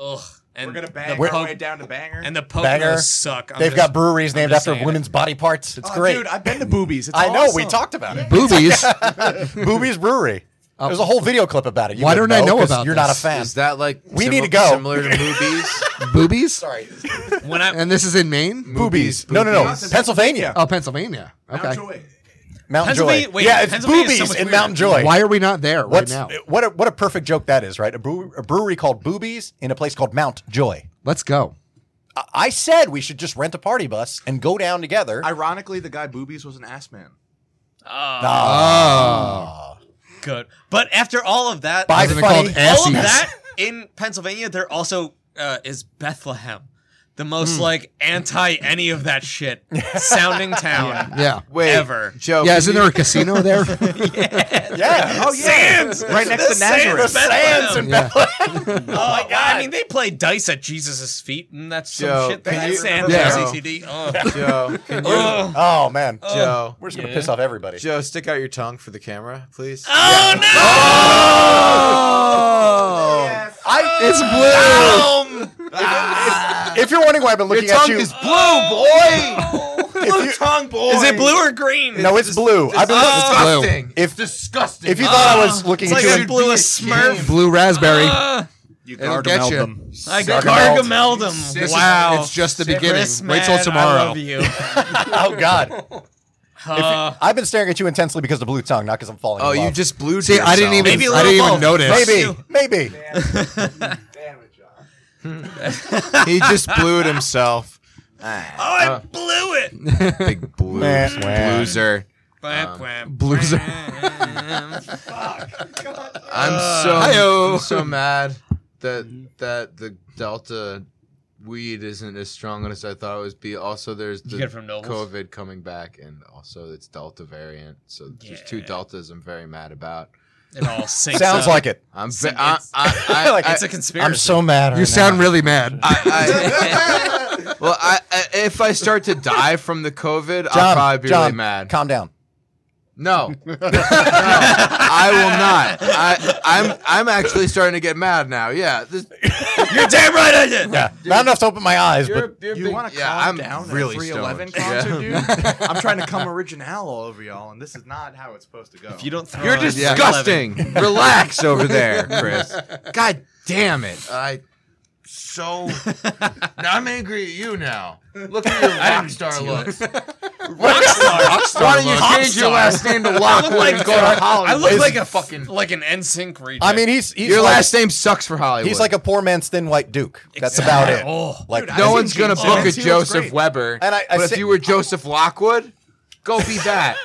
Ugh. And We're gonna bang the our po- way down to banger. and the Poconos Banger. suck. I'm They've just- got breweries I'm named just after saying it. women's body parts. It's Oh, great. dude. I've been to boobies. It's I know. We awesome. talked about it. Boobies. Boobies Brewery. There's a whole video clip about it. You Oh. Why wouldn't don't I know 'cause about You're not a this? fan. Is that like We simi- need to go. similar to movies? Boobies. Sorry. When I And this is in Maine. boobies. No, no, no. Boobies. Pennsylvania. Oh, Pennsylvania. Now Okay. joy. Mountain Joy. Pennsylvania- wait, yeah, it's Pennsylvania is so boobies much in weirder. Mountain Joy. Why are we not there right What's now? what a what a perfect joke that is, right? A, brew, a brewery called Boobies in a place called Mount Joy. Let's go. I- I said we should just rent a party bus and go down together. Ironically, the guy boobies was an ass man. Oh. good, but after all of that, By I've been called funny. all of assies. that in Pennsylvania, there also uh, is Bethlehem, the most like anti any of that shit sounding town Yeah. Wait, ever. Joe. Yeah, can isn't you- there a casino there? yeah. Oh yeah, right next to Nazareth. The sands in yeah. Oh my god! I mean, they play dice at Jesus' feet, and that's some Joe, shit. can That you- sand Yeah. yeah. CTD. Oh. Joe, can you, Oh. Oh man, Joe, we're just gonna Yeah. piss off everybody. Joe, stick out your tongue for the camera, please. Oh, no! Oh. I, It's blue. if you're wondering why I've been Your looking at tongue you, is blue, if you- Tongue boy. Is it blue or green? no, it's blue. I've been. boy. looking disgusting. If- disgusting. Oh. if you thought I was looking It's at like you, I in- blew a ashamed. smurf. Blue raspberry. Ah, You It'll get you. I Gargamel. gargamelled him. Wow. It's just the beginning. Chris, Wait till man, I tomorrow. love you. oh god, Uh, I've been staring at you intensely because of the blue tongue, not because I'm falling. Oh, in you love. just blew. See, I yourself. didn't even. Maybe a I little didn't even both. notice. maybe, maybe. He just blew it himself. oh, I blew it. Big blue Wah, wah. loser. Bam, bam, Blues. I'm bam. Uh, so I'm so mad that that the Delta weed isn't as strong as I thought it would be. Also, there's You the get it from Nobles? COVID coming back, and also it's Delta variant. So there's two Yeah. deltas I'm very mad about. It all sinks Sounds up. like it. I'm It's- ve- I, I, I, Like, I- It's a conspiracy. I'm so mad. Right You sound now. really mad. I- I- well, I, I, if I start to die from the COVID, I'll probably be John, really mad. Calm down. No, no, I will not. I, I'm, I'm actually starting to get mad now. Yeah, this, You're damn right I did. Yeah, not enough to open my eyes, but You want to yeah, calm I'm down really at a 311 stoned. concert, dude? I'm trying to come original all over y'all, and this is not how it's supposed to go. If you don't throw You're it, it's disgusting. Relax over there, Chris. God damn it. I so I'm angry at you now. Look at your rock star looks. Why don't you change your last name to Lockwood like- and go to Hollywood? I look like a fucking like an NSYNC reject. I mean, he's he's your like, last name sucks for Hollywood. he's like a poor man's thin white Duke. That's about it. Oh. Like no one's gonna James book a Evans. He looks Joseph great. Weber. And I- I but say- if you were Joseph Lockwood, go be that.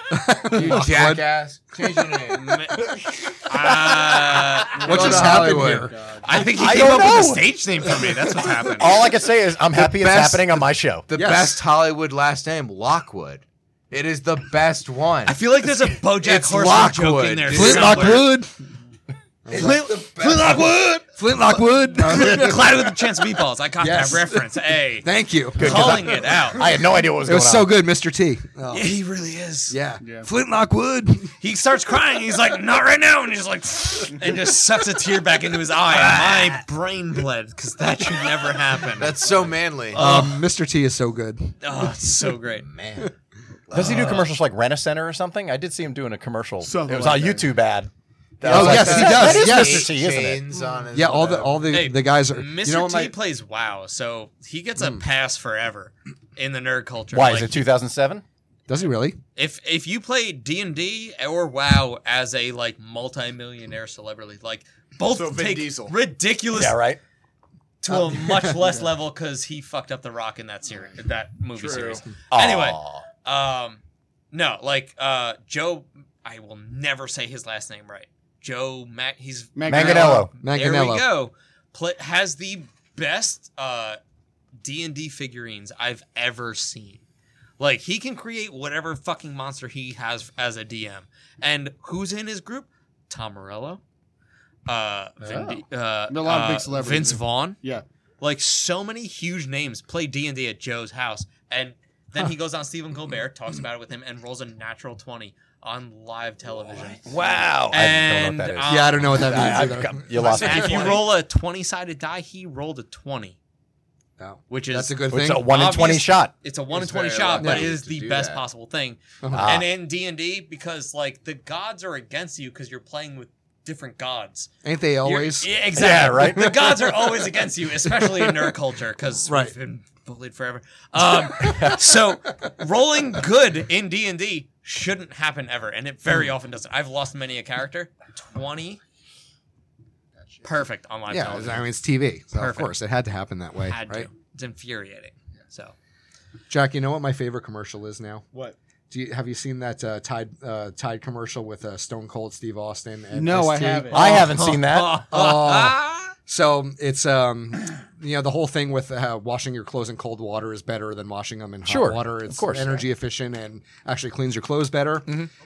you jackass. Change your name. Uh, What Go just to happened Hollywood. here? I think he I came don't up with a know. stage name for me. That's what's happening. all I can say is I'm happy it's best- happening on my show. The Yes. best Hollywood last name, Lockwood. It is the best one. I feel like there's a BoJack It's Horseman joke Lockwood, in there. dude. Flintlock Wood. Flint, Flintlock Wood. Flintlock Wood. Cloud with the chance of meatballs. I caught Yes. that reference. Hey, Thank you. Oh, calling it out. I had no idea what was It going was so on. good, Mr. T. Oh, yeah, he really is. Yeah. Flintlock Wood. He starts crying. He's like, "Not right now," and he's like, and just sucks a tear back into his eye. And my brain bled because that should never happen. That's so manly. Um, Mr. T is so good. oh, it's so great. man. Does he do commercials for, like Rent a Center or something? I did see him doing a commercial. Something it was like on that. YouTube ad. Oh, I was yes, he that- does, That is yes. Mr. T, isn't it? Chains on his uh, Yeah, all the whatever. all the, Hey, the guys are. Mr. You know what T my- plays WoW, so he gets a pass forever in the nerd culture. Why Like, is it 2007? Does he really? If if you play D and D or WoW as a like multimillionaire celebrity, like both So Vin take Diesel. ridiculous Yeah, right. to a much less level because he fucked up the Rock in that series, that movie True. series. Aw. Anyway, um, no, like uh, Joe, I will never say his last name right. Joe Mac, he's Manganello. There Manganello. we go. Pla has the best uh D and D figurines I've ever seen. Like he can create whatever fucking monster he has as a DM. And who's in his group? Tom Morello, uh, Vin Di- uh, There are a lot of big uh, celebrities Vince in it. Vaughn. Yeah. Like so many huge names play D and D at Joe's house, and then he goes on Stephen Colbert, talks about it with him, and rolls a natural twenty on live television. Wow. And I don't know what that um, is. Yeah, I- I've I don't know what that means. either. got- you lost me. And if you roll a 20 sided die, he rolled a 20, No. which is That's a good It's thing. a one in Obvious- twenty shot. It's a 1 in He's 20 very shot, but lucky it is to the do best that. possible thing. Ah. And in D&D because like the gods are against you cuz you're playing with different gods. Ain't they You're- always? Yeah, exactly. right? The gods are always against you, especially in nerd culture cuz Right. we've been bullied forever. Um, so rolling good in D&D shouldn't happen ever and it very often doesn't. I've lost many a character. 20 Perfect on live Yeah, television. I mean it's TV, so of Perfect. course it had to happen that way, had right? to. It's infuriating. So Jack, you know what my favorite commercial is now? What? Do you, have you seen that uh, Tide uh, Tide commercial with uh, Stone Cold Steve Austin? And No, I ST? haven't. I haven't seen that. Oh. So it's um, you know, the whole thing with uh, washing your clothes in cold water is better than washing them in hot Sure, water. of It's course. Mm-hmm. energy efficient and actually cleans your clothes better.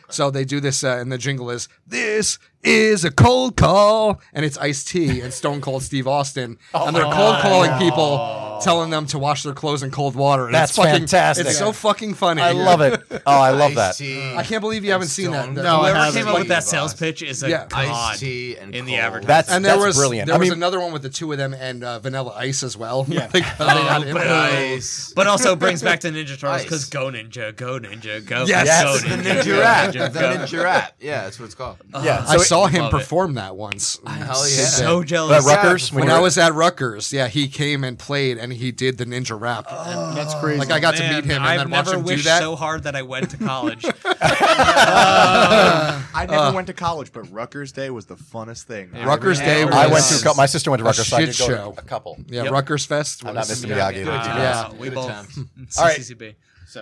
So they do this, uh, and the jingle is "This is a cold call," and it's Ice T and Stone Cold Steve Austin, Oh and they're cold calling people, telling them to wash their clothes in cold water. And That's it's fucking, fantastic. It's so fucking funny. I love it. Oh, I love that. I can't believe you haven't seen that. Stone- The- No, I Whoever haven't. came up with that Steve sales Austin. pitch is a Yeah. god. Iced tea and in the cold. advertising. That's and there that's was brilliant. There I was mean, Oh, another one with the two of them and uh, Vanilla Ice as well. Yeah. like, they got him. Nice. Oh, But also brings back to Ninja Turtles Ice. because go ninja, go ninja, go Yes. go The ninja, ninja go rap. The ninja, go. ninja rap. Yeah, that's what it's called. yeah. I So, saw him love it. perform that once. Hell yeah. So but jealous. uh, Rutgers, when when you I were- was at Rutgers, yeah, he came and played, and he did the ninja rap. That's crazy. like I got to meet him and I've then watch never him do wished that. so hard that I went to college. I never went to college, but Rutgers Day was the funnest thing. Rutgers Yeah, Day. it Was, I went to a couple. My sister went to A Rutgers, so I shit did go show. to a couple. yeah, Yep. Rutgers Fest. I'm was- not Mr. Miyagi. Ah, we both All right. CCCB.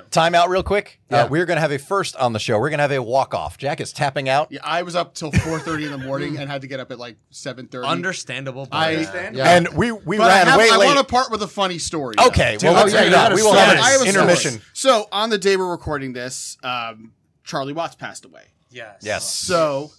Time out real quick. Uh, Yeah. we're going to have a first on the show. We're going to have a walk off. Jack is tapping out. Yeah, I was up till 4:30 in the morning and had to get up at like 7:30. Understandable. but- I Yeah. And we, we but I, ran have, way I late. want to part with a funny story. though. Okay, well, let's oh, yeah, read you out. gotta We will start. have I have an a intermission. story. So on the day we're recording this, um, Charlie Watts passed away. yes. Yes. So,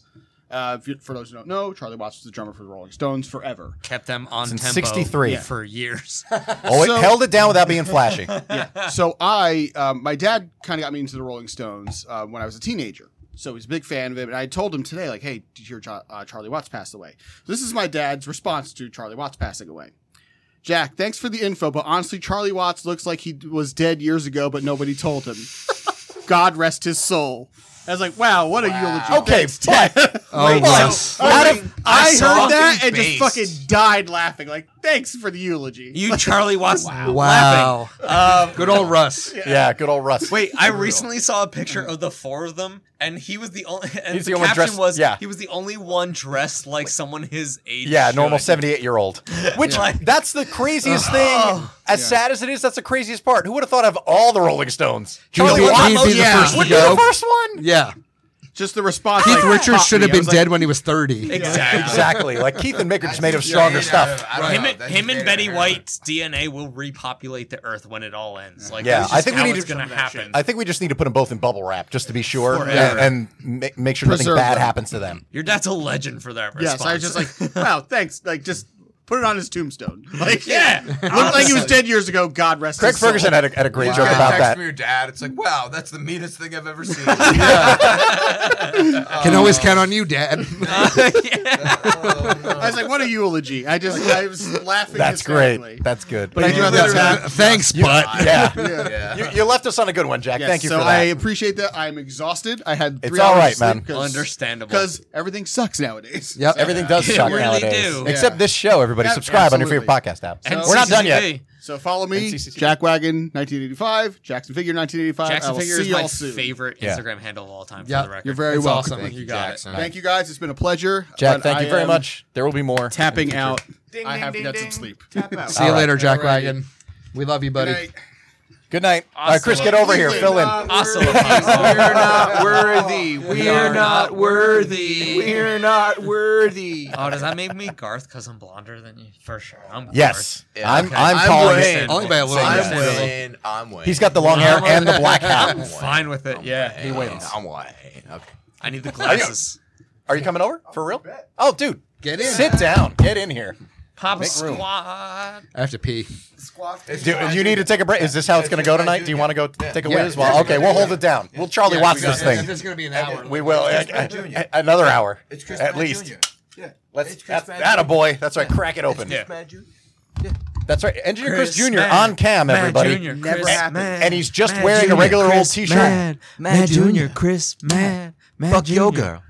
uh, if you- for those who don't know, Charlie Watts was the drummer for the Rolling Stones forever. Kept them on Since tempo 63. for years. Oh, it So- held it down without being flashy. so I, um, my dad kind of got me into the Rolling Stones uh, when I was a teenager. So he's a big fan of it, and I told him today, like, "Hey, did you hear Cho- uh, Charlie Watts passed away?" So this is my dad's response to Charlie Watts passing away. Jack, thanks for the info, but honestly, Charlie Watts looks like he was dead years ago, but nobody told him. God rest his soul. I was like, "Wow, what a eulogy!" okay, but Oh, but wow. out of I That's heard that fucking and just based. fucking died laughing. Like, thanks for the eulogy. You Charlie Watts. wow. Um, Good old Russ. yeah, good old Russ. Wait, I recently saw a picture of the four of them, and he was the only. And Mm. He's the, the only caption dressed- was, yeah. he was the only one dressed like someone his age. Yeah, normal should. 78 year old. Which, that's the craziest Oh, thing. As sad as it is, that's the craziest part. Who would have thought of all the Rolling Stones? Julia Charlie Watts Watts would be the yeah. first to would be go. the first one. Yeah. Just the response. Keith like, Richards popped should me. have I been was like, dead when he was 30. Exactly. Exactly. Like Keith and Mick are just made of stronger stuff. Him, and- him and Betty White's DNA will repopulate the Earth when it all ends. Like, Yeah, that's I just think we how need it's to- going to happen. I think we just need to put them both in bubble wrap just to be sure Forever. and, and ma- make sure nothing Preserve bad them. happens to them. Your dad's a legend for that Yes, response. I was just like, wow, thanks. Like, just put it on his tombstone. Like, yeah, looked like he was dead years ago. God rest. Craig his soul. Ferguson had a, had a great You joke gotta about text that. From your dad, it's like, wow, that's the meanest thing I've ever seen. Can always count on you, Dad. I was like, what a eulogy. I just, I was laughing. That's hysterically. great. That's good. But you do have that back. Thanks, but yeah. yeah. You, you left us on a good one, Jack. Yes, Thank you so for I that. appreciate that. I'm exhausted. I had three It's all right, hours man. Understandable. Because everything sucks nowadays. Yep. Everything does You suck really nowadays. do. Except this show. Everybody Yeah, subscribe on your absolutely. favorite podcast app. And We're not done CCTV. yet. So follow me, NCCC. Jack Wagon, 1985, Jackson Figure, 1985. I Jackson will Figure see is my y'all soon. favorite Yeah. Instagram handle of all time. Yeah, for the record, You're very It's welcome. awesome. Thank, you got it. you guys. It's been a pleasure. Jack, But thank you I very am much. There will be more. Tapping out. Ding, I ding, have ding, to get some ding. sleep. Tap out. See you All right. later, Jack Wagon. We love you, buddy. Good night. Good night. All right, Chris, get over here. Fill in. Awesome. We're not worthy. We are not worthy. We're not worthy. Oh, does that make me Garth because I'm blonder than you? For sure. I'm Yes, Yeah, I'm. okay. I'm I'm calling. Wayne. it. Only by a little I'm bit. Wayne. I'm Wayne. He's got the long hair I'm and the black Garth. I'm hat. fine with it. Yeah. He wins. I'm Wayne. Okay. I need the glasses. Are you coming over for real? Oh, dude, Get in. sit down. Get in here. Papa Make room. Squad. I have to pee. Do you need to take a break? Is this how it's going to go tonight? Do you want to go t- take a whiz? Well, okay, we'll hold it down. We'll Charlie watch this thing. going to be an hour. We will uh, uh, another hour It's Chris at Pratt least. Jr. Yeah. Let's. It's Chris That, Pratt that a Jr. boy. That's right. Crack it open. Yeah. Mad Jew. That's right. Engineer Chris, Chris Jr. Mann. on cam, Mann everybody. Jr. And- Chris and, Mann. he's just wearing a regular old T-shirt. Mad Junior. Chris. Mad. Mad Fuck your girl.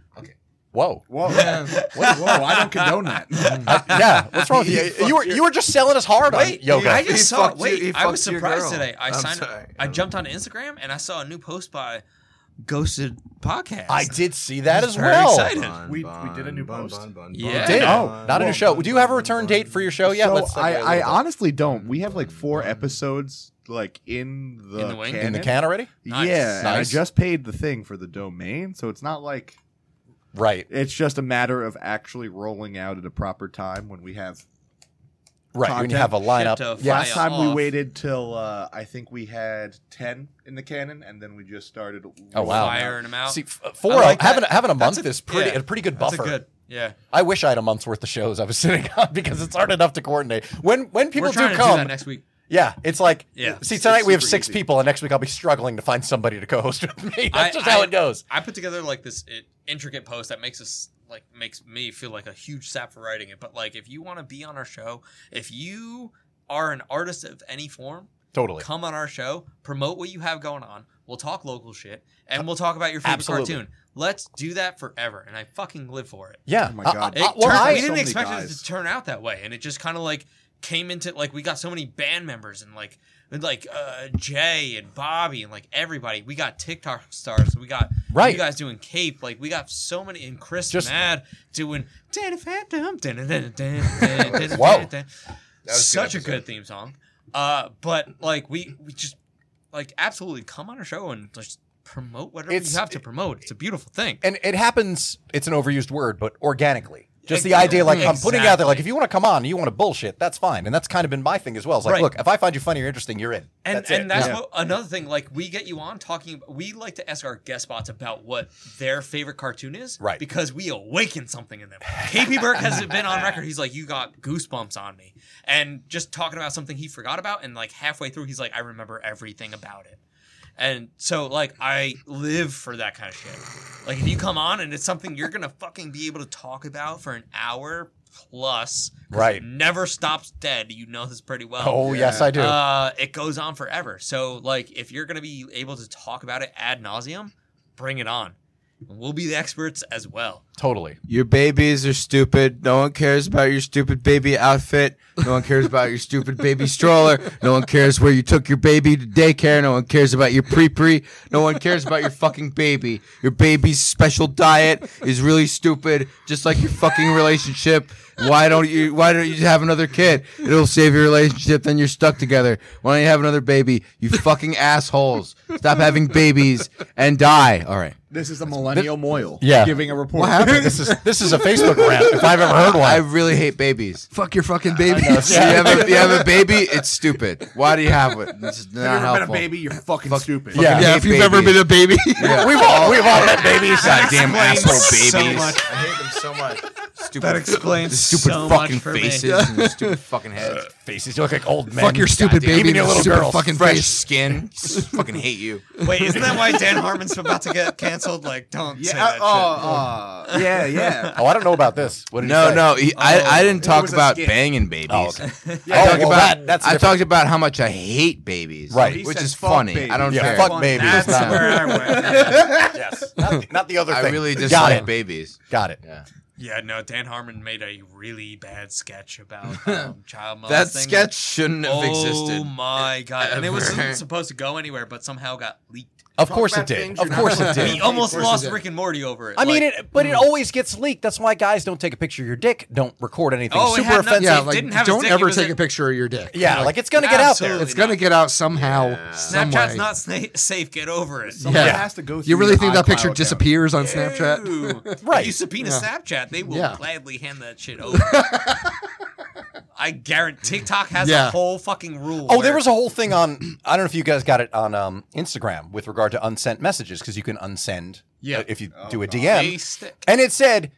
Whoa. Whoa. whoa, whoa. I don't condone that. I- yeah. What's wrong with you? You were you were just selling us hard on Wait, yoga. I just He saw. fucked you- Wait, he I was fucked your surprised girl. today. I I'm signed. sorry. I jumped on Instagram and I saw a new post by Ghosted Podcast. I did see that as Very well. excited. We- we did a new post. Yeah. Did Oh. not a new Whoa. show. Do you have a return date for your show yet? so Let's segue a I, I little bit. honestly don't. We have like four episodes like in the In the wing? canon. in the can already. Nice. Yeah, and I Nice. just paid the thing for the domain, so it's not like Right. it's just a matter of actually rolling out at a proper time when we have. Right. When you Content. have a lineup. Shit to Last fire time we off. waited till uh, I think we had ten in the canon, and then we just started. Oh, wow. Firing them out. See, f- four I like that. having having a month That's a- is pretty yeah. a pretty good That's a buffer. good. Yeah. I wish I had a month's worth of shows I was sitting on because it's hard enough to coordinate. When when people We're trying do to do come, that next week. yeah, it's like Yeah. See, tonight we have super six easy. people, and next week I'll be struggling to find somebody to co-host with me. I- That's just how I- it goes. I put together like this it, intricate post that makes us like makes me feel like a huge sap for writing it. But like, if you want to be on our show, if you are an artist of any form, Totally. come on our show, promote what you have going on. We'll talk local shit, and we'll talk about your favorite Absolutely. cartoon. Let's do that forever, and I fucking live for it. Yeah. Oh my God. Uh, It uh, well, turned- I- we didn't many expect it guys. to turn out that way, and it just kind of like came into like we got so many band members and like and like uh, Jay and Bobby and like everybody. We got TikTok stars. We got Right. You guys doing Cape. Like we got so many and Chris Just- Mad doing Danny Phantom. dun- dun- dun- dun- dun- dun- Whoa. dun- was a good Such a episode. good theme song. Uh, but like we we just like absolutely come on our show and just promote whatever It's- you have to promote. It's a beautiful thing. and it happens. It's an overused word, but organically. Just the Exactly. idea, like I'm putting it out there, like Exactly. if you want to come on, you want to bullshit, that's fine, and that's kind of been my thing as well. It's like, Right. look, if I find you funny or interesting, you're in. and that's and it. that's Yeah. what, another thing. Like we get you on talking. We like to ask our guest spots about what their favorite cartoon is, Right. Because we awaken something in them. KP Burke has been on record. He's like, "You got goosebumps on me," and just talking about something he forgot about, and like halfway through, he's like, "I remember everything about it." And so, like, I live for that kind of shit. Like, if you come on and it's something you're gonna fucking be able to talk about for an hour plus, 'cause Right. it Never stops dead. You know this pretty well. Oh yes, I do. Uh, it goes on forever. So, like, if you're going to be able to talk about it ad nauseum, bring it on. We'll be the experts as well. totally. Your babies are stupid. No one cares about your stupid baby outfit. No one cares about your stupid baby stroller. No one cares where you took your baby to daycare. No one cares about your pre pre. No one cares about your fucking baby. Your baby's special diet is really stupid, just like your fucking relationship. Why don't you why don't you have another kid? It'll save your relationship, then you're stuck together. Why don't you have another baby? You fucking assholes. Stop having babies and die. All right. This is a millennial moil. Yeah. Giving a report. this is this is a Facebook rant if I've ever heard one. I really hate babies. Fuck your fucking baby. you, have a, you have a baby, it's stupid. Why do you have it? It's not If you've ever been a helpful. baby, you're fucking Fuck- stupid. yeah. yeah, if you've ever been a baby. Yeah. We've all we've all met babies. goddamn asshole babies. so much. I hate them so much. Stupid. That explains the stupid so fucking much for me. faces and their stupid fucking heads. Faces, you look like old men. Fuck your stupid Goddamn. Even baby and your your little stupid girls. fucking Fresh face. skin. Just fucking hate you. Wait, isn't that why Dan Harmon's about to get canceled? Like, don't say uh, Yeah. that Oh, uh, yeah, yeah. Oh, I don't know about this. What did he No, say? no, he, I, I didn't talk Oh, was a about skit. banging babies. Oh, okay. Oh, I talked well, about that- that's I different. talked about how much I hate babies, Right. He Which said is fuck funny. babies. I don't Yeah, care. fuck babies. That's not- where I went. yes, not the, not the other I thing. really Got dislike it. babies. Got it. Yeah. Yeah, no, Dan Harmon made a really bad sketch about um, child molesting. That sketch shouldn't have Oh existed. my god! And it Ever. wasn't supposed to go anywhere, but somehow got leaked. Of course it did. Of course it did. mm. We almost Of course it lost did. Rick and Morty over it. I mean Like, it, but it always gets leaked. That's why guys don't take a picture of your dick, don't record anything Oh, it super had nothing- offensive. Yeah, like, didn't have his don't dick, it ever was take in- a picture of your dick. Yeah, like, it's gonna get out there. It's gonna get out somehow. some Snapchat's way. not sna- safe. Get over it. Someone Yeah. has to go You really through think that picture iCloud disappears account. on Snapchat? Ew. Right. If you subpoena Yeah. Snapchat, they will Yeah. gladly hand that shit over. I guarantee TikTok has Yeah. a whole fucking rule. Oh, there where- was a whole thing on. I don't know if you guys got it on um, Instagram with regard to unsent messages because you can unsend Yeah. Oh, uh, if you do a They DM. stick. And it said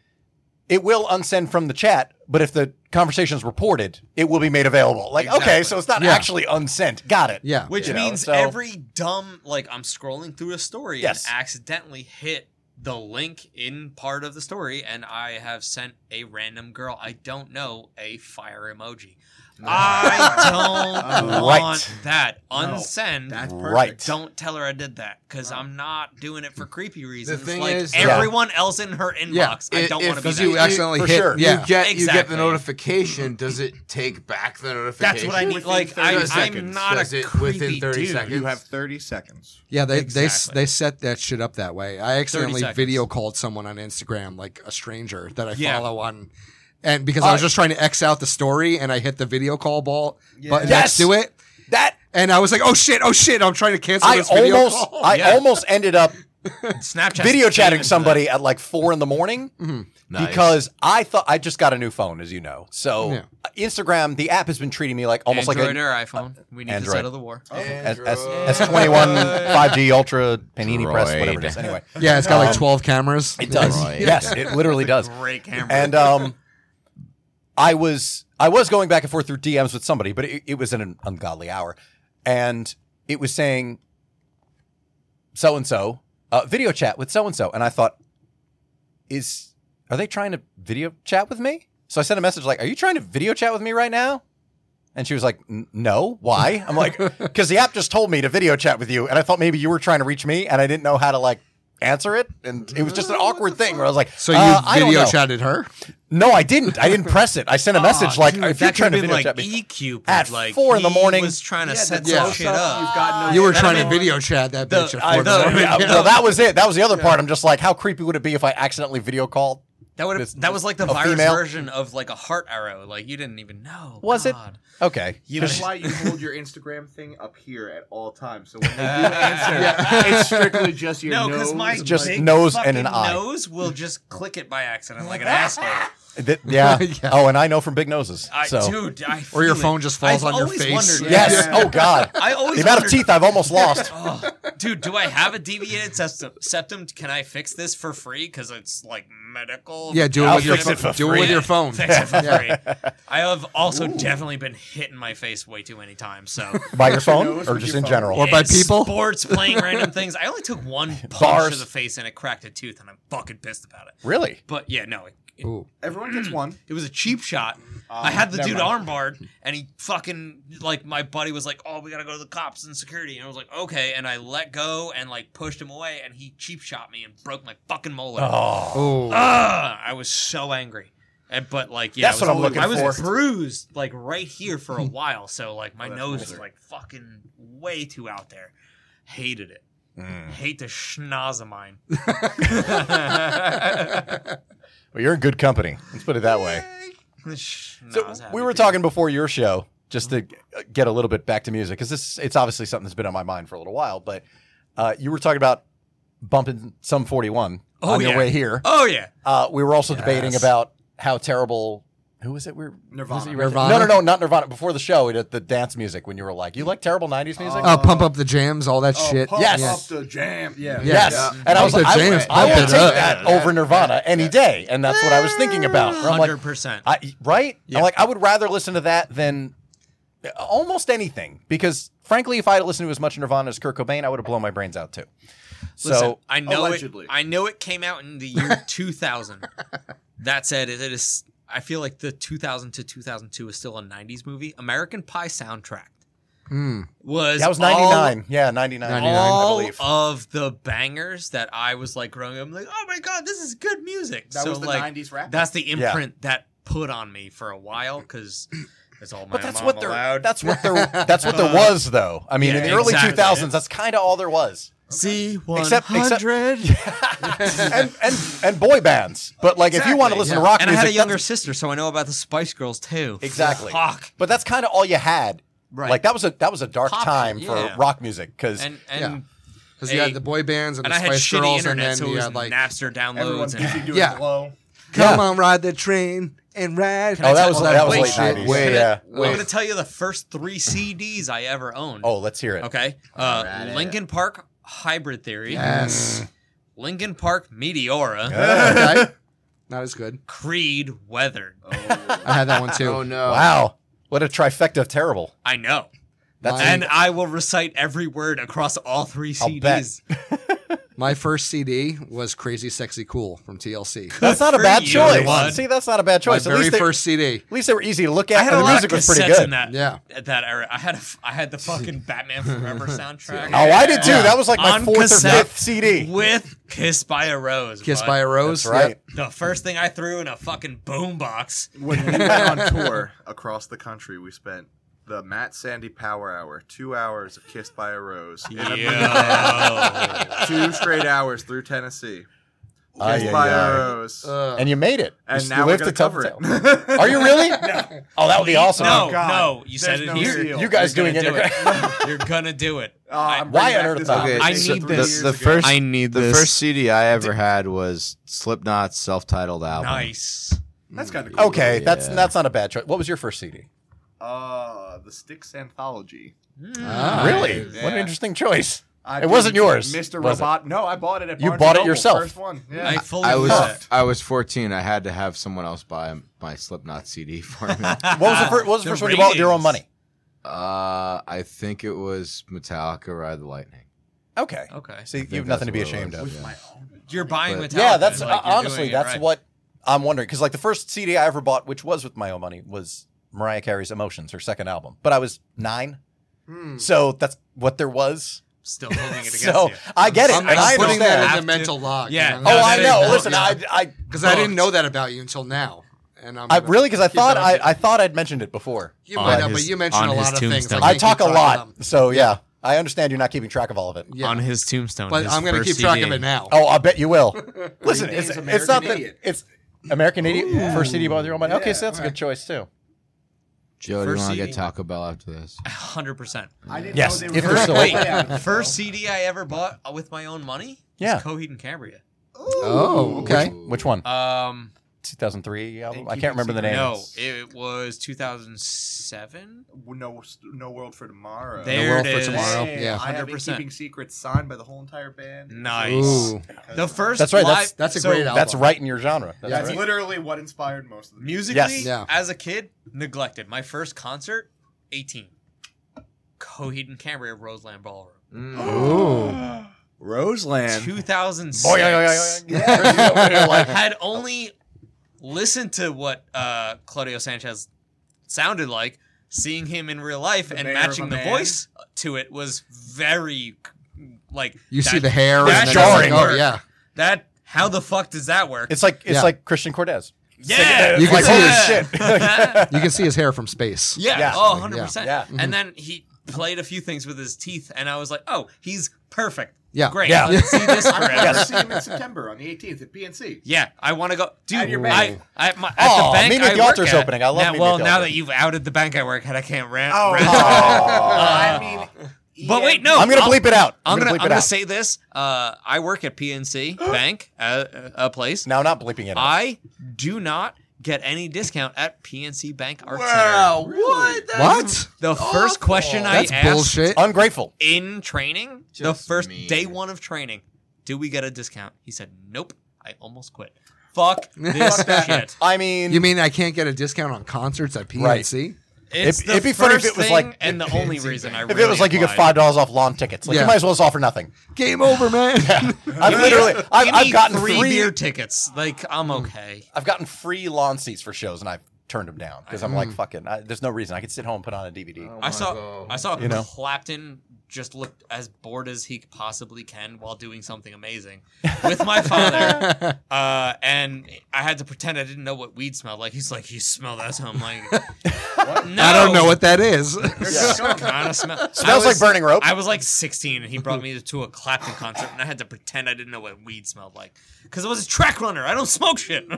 it will unsend from the chat, but if the conversation is reported, it will be made available. Like, okay, Exactly. so it's not Yeah. actually unsent. Got it. Yeah. Which You know, means so- every dumb like I'm scrolling through a story Yes. and accidentally hit the link in part of the story and I have sent a random girl I don't know a fire emoji. I don't Right. want that. Unsend. That's perfect. Right. Don't tell her I did that because I'm not doing it for creepy reasons. thing like is- everyone else in her inbox, I i- don't if want to be you that. you accidentally for hit. sure. Yeah. You get you get Exactly. the notification. Does it take back the notification? That's what I need. within Like 30 I, I'm seconds? not Does a it creepy within 30 dude. seconds. You have 30 seconds. Yeah, they, they s Exactly. they set that shit up that way. I accidentally seconds. video called someone on Instagram, like a stranger that I Yeah. Uh, follow on, and because I was Oh. just trying to X out the story, and I hit the video call ball button Yes. next to it, That and I was like, "Oh shit! Oh shit! I'm trying to cancel I this video almost, call." I Yeah. almost ended up Snapchat video chatting somebody at like four in the morning Mm-hmm. because I thought I just got a new phone, as you know. So Yeah. Instagram, the app has been treating me like almost Android like a or iPhone. We need Android. to settle the war. S twenty one five G Ultra Panini Press, whatever it is. Anyway, yeah, it's got Um, like 12 cameras. it does. Yes, it literally does. Great camera. And um, I was I was going back and forth through DMs with somebody, but it, it was at an ungodly hour, and it was saying so and so video chat with so and so, and I thought, is are they trying to video chat with me? So I sent a message like, "Are you trying to video chat with me right now?" And she was like, "N- "No, why?" I'm like, "Because the app just told me to video chat with you, and I thought maybe you were trying to reach me, and I didn't know how to like answer it, and it was just an awkward thing where I was like, So you uh, I don't video know. chatted her? No, I didn't. I didn't press it. I sent a message like, Dude, if you're that could trying have to been video like e- chat me, eCupid, at like four in the he morning. was trying to Yeah, set the some close shit up, up. you've got no- You were That'd trying to been- video chat that the- bitch at I- four in the the- morning. yeah, well, that was it. That was the other part. I'm just like, how creepy would it be if I accidentally video called? That would This- have that was like the a virus female? version of like a heart arrow. Like you didn't even know. Was God. it okay? That's why you hold your Instagram thing up here at all times. So when they do answer, it's strictly just your No, nose. because my just big nose and an fucking eye. Nose will just click it by accident, like an asshole. Th- yeah. Yeah. Oh, and I know from big noses. I, so Dude, I Or your feel phone it. just falls I've on your always face. Wondered, yes. Oh God. I always the amount wondered- of teeth I've almost lost. Oh, dude, do I have a deviated septum? septum? Can I fix this for free? Because it's like medical. Yeah, do it I'll with your fix it pho- for do it with free. your phone. Fix it for Yeah. free. I have also definitely been hit in my face way too many times. So By your phone or just in general? Or by In people? sports playing random things. I only took one punch Bars. to the face and it cracked a tooth, and I'm fucking pissed about it. really? But yeah, no, it, it, Ooh. Everyone gets one. it was a cheap shot. I Um, had the never dude mind. armbarred, and he fucking like my buddy was like, "Oh, we gotta go to the cops and security," and I was like, "Okay," and I let go and like pushed him away, and he cheap shot me and broke my fucking molar. Oh, Oh. Ugh, I was so angry. And, but like yeah, That's I was, what I'm looking I was for. Oh, bruised like right here for a while, so like my nose was like fucking way too out there. Hated it. Mm. Hate the schnoz of mine. well, you're in good company. Let's put it that way. Schnoz So had we me were beat. talking before your show, just to uh, get a little bit back to music, because this it's obviously something that's been on my mind for a little while. But uh, you were talking about bumping some forty one Oh, on your yeah. way here. Oh yeah. Uh, we were also debating about how terrible. Who was it? We were Nirvana. no, Nirvana? no, no, not Nirvana. Before the show, we did the dance music when you were like, "You like terrible '90s music?" Oh, pump up the jams, all Oh, that shit. Pump Yes. up the jam. Yeah. yes, and I was Those like, "I, are jams. will- I will Pump take it up. that over Nirvana any day," and that's what I was thinking about. Where I'm like, Hundred percent. I, right? Yeah. I'm like, I would rather listen to that than almost anything because, frankly, if I had listened to as much Nirvana as Kurt Cobain, I would have blown my brains out too. So, Listen, I know allegedly. it. I know it came out in the year 2000. That said, it is. I feel like the 2000 to 2002 is still a 90s movie. American Pie soundtrack. was Hmm. that was all- 99. yeah, 99. all I believe. of the bangers that I was like growing up, I'm like, oh my god, this is good music. That so was the like, 90s rap. That's the Yeah. imprint that put on me for a while because that's all my But that's mom what there. allowed. That's what there. That's what there was, though. I mean, yeah, in the early exactly. 2000s, that's kind of all there was. C Except- except- 100. and and and boy bands. But like, if you want to listen to rock and I music, had a younger that's- sister, so I know about the Spice Girls too. exactly. Fuck. But that's kind of all you had. Right. Like that was a that was a dark Pop, time yeah. for rock music because And and Yeah. Because you a- had the boy bands and, and uh, the I had Spice shitty Girls, internet, and then so it you was had like, Napster downloads. And, doing Yeah. glow. "Come Yeah. on, ride the train and ride." oh, that was all that, was bullshit. late 90s. Wait, Way, yeah. I'm gonna tell you the first three CDs I ever owned. Oh, let's hear it. Okay. Uh, Lincoln Park Hybrid Theory. Mm. Yes. Lincoln Park Meteora. okay. Not as good. Creed Weathered. I had that one too. Oh no! Wow, what a trifecta of terrible. I know. That's Mine- And I will recite every word across all three I'll CDs. My first CD was Crazy Sexy Cool from TLC. that's not a for bad you, choice. bud. See, that's not a bad My choice. At very least, they, first CD. at least they were easy to look at. I had and a the lot of music was pretty cassettes good. in that, Yeah. at that era. I had a, f- I had the fucking Batman Forever soundtrack. Oh, I did too. That was like my On fourth or cassette fifth CD. With Kiss by a Rose. Kiss by a Rose. That's right. The first thing I threw in a fucking boombox. When we went on tour across the country, we spent the Matt Sandy Power Hour, two hours of Kissed by a Rose, in a Yeah. two straight hours through Tennessee. Aye, Kissed aye, by aye. a Rose. And you made it. and you now we're lived gonna to tell cover it. the tale. Are you really? no. Oh, that would be awesome. No, Oh, God. no, you said There's it no here. seal. You guys You're doing gonna it. do it. You're gonna do it. Oh, I'm Why bringing on back ehrth this not? conversation I need three this. years The, the ago. first I need the this. first CD I ever had was Slipknot's self-titled album. Nice. That's kind of cool. Okay, that's Yeah. that's not a bad choice. What was your first CD? Uh, the Sticks Anthology. Ah. Really? Yeah. What an interesting choice. I It did- wasn't yours, Mr. was it? Robot. No, I bought it at You Barnes bought it Noble, yourself. First one. Yeah. I fully I was believe it. I was 14. I had to have someone else buy my Slipknot CD for me. What was the, fir- what was Ah, the The first one you bought with your own ratings. money? uh, I think it was Metallica Ride the Lightning. Okay. Okay. So you think have that's nothing to be what it ashamed was, of. yeah. You're buying But- Metallica. Yeah, that's like, uh, you're doing honestly it that's right. what I'm wondering because like the first CD I ever bought, which was with my own money, was Mariah Carey's Emotions, her second album. But I was nine, so that's what there was. Still holding it against So you. I get it. I'm, and I I'm putting that understand. in Have the to- mental log. Yeah. Oh, No, I that know. is- Listen, I, I, Because I didn't Booked. know that about you until now, and I'm I gonna really because I keep it thought up I, there. I thought I'd mentioned it before. You might On not, but his- you mentioned a on his lot of things. tombstone. I I can't talk keep a track lot, of Um, them. so yeah, I understand you're not keeping track of all of it. Yeah. On his tombstone. But his I'm going to first keep track CD. of it now. Oh, I bet you will. Listen, it's, it's not that Idiot. it's American Idiot first CD by your own money. Okay, so that's a good choice too. Joe, do you First want to get CD. Taco Bell after this? Hundred percent. I didn't Yes, know if they they're still Wait, open. first CD I ever bought with my own money? Yeah. Was Coheed and Cambria. Oh, okay. Which one? Um, 2003 album. I keep can't it remember the name. secret. no, it was 2007. no, no world for tomorrow. There World it for is. Tomorrow. Hey, Yeah. I have been 100%. keeping secrets signed by the whole entire band. Nice. Ooh. The first. That's right, Live, that's- that's a so great album. That's right in your genre. That's That's right. literally what inspired most of the Musically, Yes. Yeah. as a kid, neglected. My first concert, 18. Coheed and Cambria, Roseland Ballroom, Roseland. 2006. Boy, yeah, yeah, yeah, yeah. I had only listened to what uh, Claudio Sanchez sounded like. Seeing him in real life and mayor of a matching the man. voice to it was very like You that- see the hair. and that then it's like, doesn't Oh work. yeah. That how the fuck does that work? It's like it's Yeah. like Christian Cortez. yeah, You can like, see holy his- shit. You can see his hair from space. Yeah. Yeah. Oh, 100%. Yeah. And then he played a few things with his teeth, and I was like, oh, he's perfect. Yeah. Great. Yeah. Let's see this forever. I'm going to see him in September on the 18th at PNC. Yeah, I want to go, At dude. your I, bank. I, my, at Aw, the bank Meet Me I at the work Altar's at- opening. I love now, Meet Me at Well, the now Altar. that you've outed the bank I work at, I can't rant. Oh, I mean, But wait, no. I'm gonna I'll- bleep it out. I'm, gonna, bleep I'm it gonna out. say this. Uh, I work at PNC Bank, uh, a place. No, I'm not bleeping it. out. I do not get any discount at PNC Bank Art Center. Wow. What? What? The first question That's I asked bullshit. Ungrateful. in training, the Just first mean. day one of training, do we get a discount? He said, nope. I almost quit. Fuck this shit. I mean, You mean I can't get a discount on concerts at PNC? It's It'd- the it'd be first funny if it was thing like- and the only reason I if really it was like you get applied. five dollars off lawn tickets, like Yeah. you might as well just offer nothing. Game over, man. I've literally, I've, Give I've me gotten Hmm. three free, beer tickets. Like I'm okay. I've gotten free lawn seats for shows, and I've turned them down because I'm like, Mm. fucking, I, there's no reason. I could sit home and put on a DVD. I saw I saw You know? Clapton just looked as bored as he possibly can while doing something amazing with my father, uh, and I had to pretend I didn't know what weed smelled like. He's like, "You smell that?" So I'm like, "No, I don't know what that is. kind of smell. Smells I like burning rope. I was like 16, and he brought me to a Clapton concert, and I had to pretend I didn't know what weed smelled like because I was a track runner. I don't smoke shit.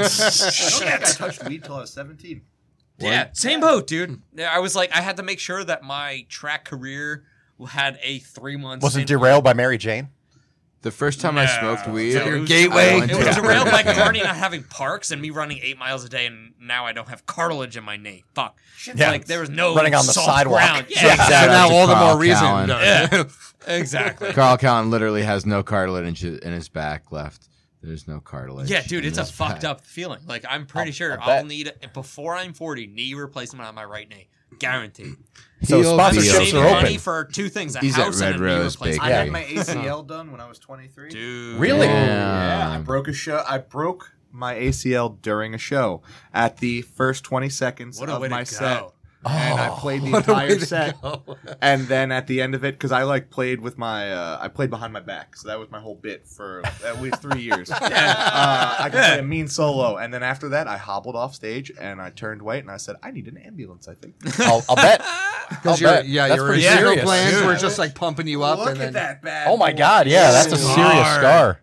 I touched weed till I was 17. Yeah, same boat, dude. Yeah, I was like, I had to make sure that my track career had a three month. Wasn't derailed by Mary Jane. The first time I smoked weed, it was- gateway. It was derailed by Carney not having parks and me running eight miles a day, and now I don't have cartilage in my knee. Fuck. Yeah. Like there was no Running on the soft sidewalk. ground. Yeah, Yeah, So Shout out now to all the Carl more reason. Cowan. to- exactly. Carl Cowan literally has no cartilage in his back left. There's no cartilage. Yeah, dude, in it's a his fucked back. up feeling. Like I'm pretty I'll- sure I I'll bet. need before I'm 40 knee replacement on my right knee, guaranteed. So He'll I'm be sponsorships saving are money open. for two things: a He's at house Red and a knee Rose replacement. Bakery. I had Yeah. my ACL done when I was 23. Dude, Really? Yeah, I Um. Damn. broke a show. I broke my ACL during a show at the first 20 seconds What a way to of my go. set. and Oh, I played the Oh, what a way entire to set. Oh, And then at the end of it, because I like played with my, uh, I played behind my back, so that was my whole bit for at least three years. And, uh, I could play a mean solo, and then after that, I hobbled off stage and I turned white and I said, "I need an ambulance." I think. I'll, I'll bet. I'll Because you're, bet. yeah, That's you're pretty zero serious. plans. Dude. We're just like pumping you up, and then bad. Oh my God! Yeah, that's a serious scar.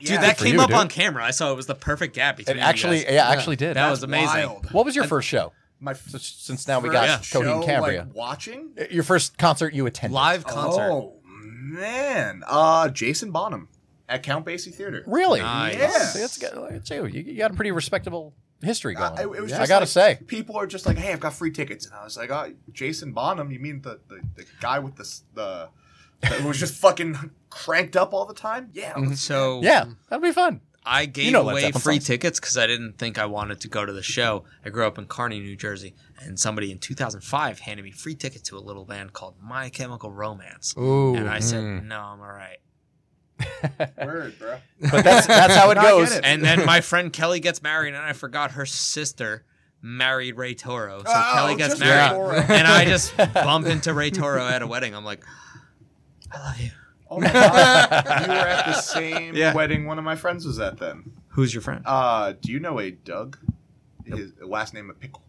Dude, that for came you, up dude. on camera. I saw it was the perfect gap between It you actually, guys. yeah, actually did. that was amazing. What was your first show? My So, since now we got Yeah. Cody and Cambria. Uh, Like, watching Your first concert you attended. Live concert. Oh man, uh, Jason Bonham at Count Basie Theater. Really? Nice. Yeah. See, that's good. Look at you. You- You got a pretty respectable history going. I, it was Yeah. just I gotta say. like, people are just like, "Hey, I've got free tickets," and I was like, oh, "Jason Bonham? You mean the, the, the guy with the s- the that was just fucking cranked up all the time?" Yeah. So Yeah, that'd be fun. I gave know Led away Zeppelin free songs. tickets because I didn't think I wanted to go to the show. I grew up in Kearney, New Jersey, and somebody in 2005 handed me free tickets to a little band called My Chemical Romance, Ooh. and I Mm. said, "No, I'm all right." Word, bro. But that's that's how it goes. And then my friend Kelly gets married, and I forgot her sister married Ray Toro, so Oh, Kelly gets just married, Ray Toro. and I just bumped into Ray Toro at a wedding. I'm like, "I love you." Oh my god, you were at the same wedding one of my friends was at then. Who's your friend? Uh, do you know a Doug? His last name a pickle.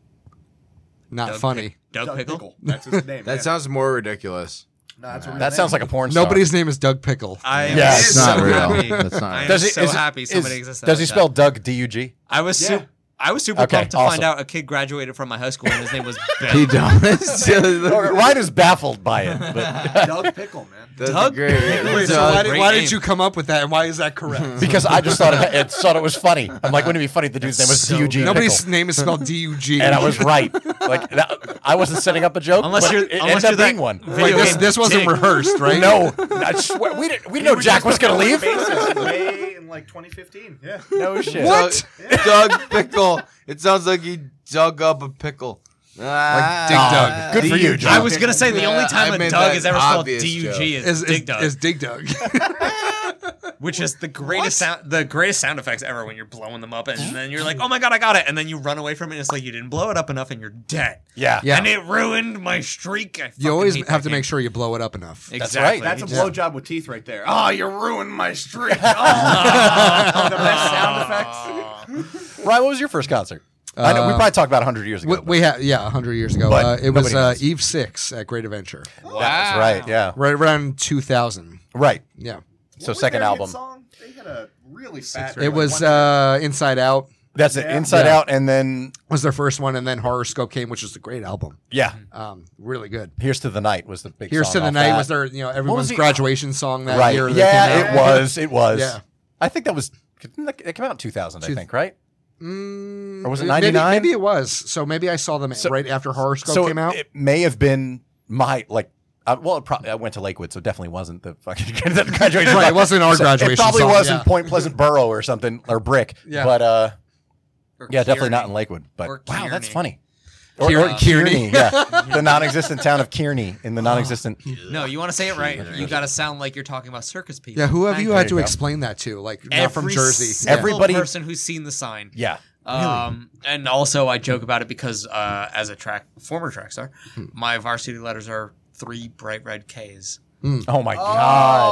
not Doug funny. Pick- Doug, Doug Pickle. That's his name. That yeah. sounds more ridiculous. No, that's a real that name. sounds like a porn star. Nobody's name is Doug Pickle. I am Yeah, That's It's so not real. happy. That's not. I Real. am Does he, so is- happy somebody is- exists. Does he like that. spell Doug D U G? I was Yeah. su- I was super Okay, pumped to awesome. find out a kid graduated from my high school and his name was He Ben. does. Ryan is baffled by it. But, Doug Pickle, man. That's a Doug? great. Wait, so Doug- why, did, great why name. Hmm. did you come up with that, and why is that correct? because I just thought it, it thought it was funny. I'm like, wouldn't it be funny if the dude's name was so D U G? Nobody's name is spelled D U G. And I was right. Like that, I wasn't setting up a joke. Unless but you're- it unless ended up you're that- being one. Wait, Video this, game this wasn't dick. rehearsed, right? No, I swear, we didn't. We didn't know Jack was gonna leave. Basis way in like 2015. Yeah. No shit. What? Doug Pickle. It sounds like he dug up a pickle. Like Dig Ah, Dug. Good for you, I Jack. was gonna say the Yeah, only I time a made Doug that is ever spelled obvious D U G joke. is, Is, is, Dig Dug, is Dig Dug. which is the greatest sound, the greatest sound effects ever. When you're blowing them up, and then you're like, "Oh my god, I got it!" and then you run away from it. and It's like you didn't blow it up enough, and you're dead. Yeah. Yeah. and it ruined my streak. I you always have to make sure you blow it up enough. That's exactly. right. That's a blowjob with teeth right there. Oh, you ruined my streak. Oh, the best sound effects. Ryan, what was your first concert? I know we probably talked about hundred years ago. Uh, We, we had yeah, hundred years ago. But Uh, it was nobody uh, knows. Eve Six at Great Adventure, but That was right. Yeah. right around two thousand. Right. So Yeah, What was second their hit album. Song? They had a really fat. it like, was one- uh, Inside Out That's it. Inside Yeah. Out, and then was their first one, and then Horoscope came, which is a great album. yeah, Um, really good. Here's to the Night was the big. Here's song to the off night that. was their you know everyone's the- graduation song that right? year. that came yeah, out. it was. It was. Yeah. I think that was. didn't that- It came out in 2000, I Two- think, right? Mm, Or was it maybe- 99? Maybe, it was. So maybe I saw them So- right after Horoscope so came it, out. it may have been my like. I, well, it probably I went to Lakewood, so it definitely wasn't the fucking the graduation. Right, it wasn't our So It graduation probably song, wasn't yeah. Point Pleasant Borough or something or Brick. Yeah. But uh, Or yeah, definitely not Kearney. in Lakewood. But Or wow, that's Kearney. funny. Or, Kear- or Kearney, yeah, the non-existent town of Kearney in the Oh. non-existent. No, you want to say it right. You got to sound like you're talking about circus people. yeah, who have Thank you had you to go. explain that to? Like not Every from Jersey. single Everybody- person who's seen the sign. Yeah, Um, and also I joke about it because uh, as a track former track star, Hmm. my varsity letters are three bright red K's. Oh my god! Oh,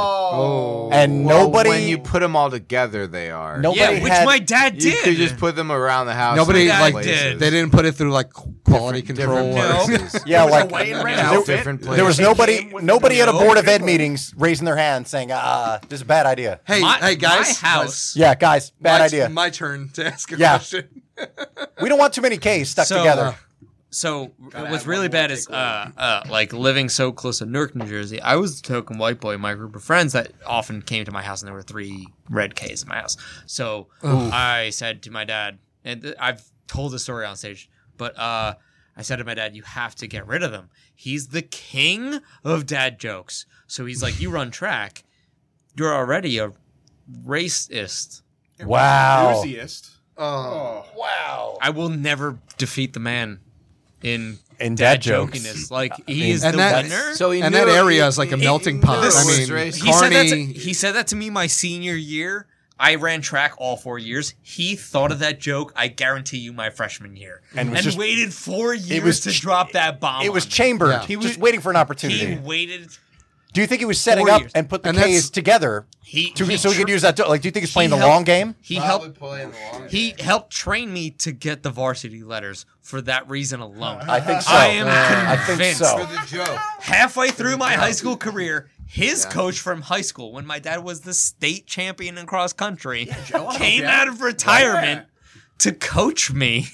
oh. Oh. And Well, nobody. When you put them all together, they are. Nobody yeah, which had- my dad You did. could just put them around the house. Nobody in like different places. they didn't put it through like quality control. or- places. yeah, like Just different places. there was nobody. Nobody at a no board of ed meetings raising their hand saying, "Ah, this is a bad idea." Hey, my, hey guys, my house. Yeah, guys, bad my, idea. My turn to ask a Yeah. question. we don't want too many K's stuck So, together. So what's really bad is uh, uh, like living so close to Newark, New Jersey. I was the token white boy in my group of friends that often came to my house, and there were three red K's in my house. So I said to my dad, and th- I've told this story on stage, but uh, I said to my dad, "You have to get rid of them. He's the king of dad jokes." So he's like, "You run track. You're already a racist." wow. Enthusiast. Oh. Oh, I will never defeat the man in And dad, dad jokes. jokiness. Like he is and the that- winner. So he and knew that it- area is like a he- he melting knew pot. it I was mean, racist. he said that. To, Carney- he said that to me my senior year. I ran track all four years. He thought of that joke. I guarantee you, my freshman year, And and, was just- waited four years was to ch- drop that bomb. It was on me. chambered. Yeah. He was just waiting for an opportunity. He waited. do you think he was setting Four up years. and put the And that's- K's together He, to, he so he tr- could use that? to- Like, do you think he's playing the helped- long game? He helped. He helped train me to get the varsity letters for that reason alone. I think so. I am I think convinced. so. halfway through my high school career, his coach from high school, when my dad was the state champion in cross country, came out of retirement to coach me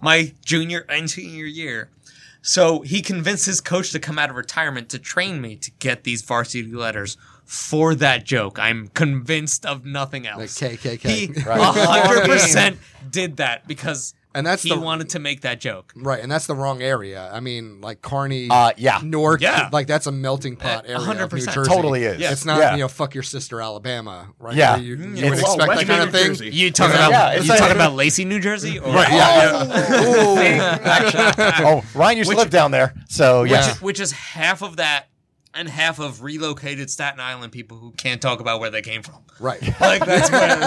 my junior and senior year. So he convinced his coach to come out of retirement to train me to get these varsity letters for that joke. I'm convinced of nothing else. The KKK. He Right. 100% did that because And that's he the- wanted to make that joke. right, and that's the wrong area. I mean, like Carney, Uh, yeah. Newark, Yeah. like that's a melting pot Uh, area. Of New 100%. Jersey. Totally is. It's not you know fuck your sister Alabama, right? Yeah. Where you, you Mm-hmm. Mm. would It's- expect Well, that kind of thing. You talking Yeah, about it's you like- talking about Lacey, New Jersey? Or, Right, yeah, oh, Ryan used to live down there, so Which, yeah. is, which is half of that and half of relocated Staten Island people who can't talk about where they came from. right. Like that's where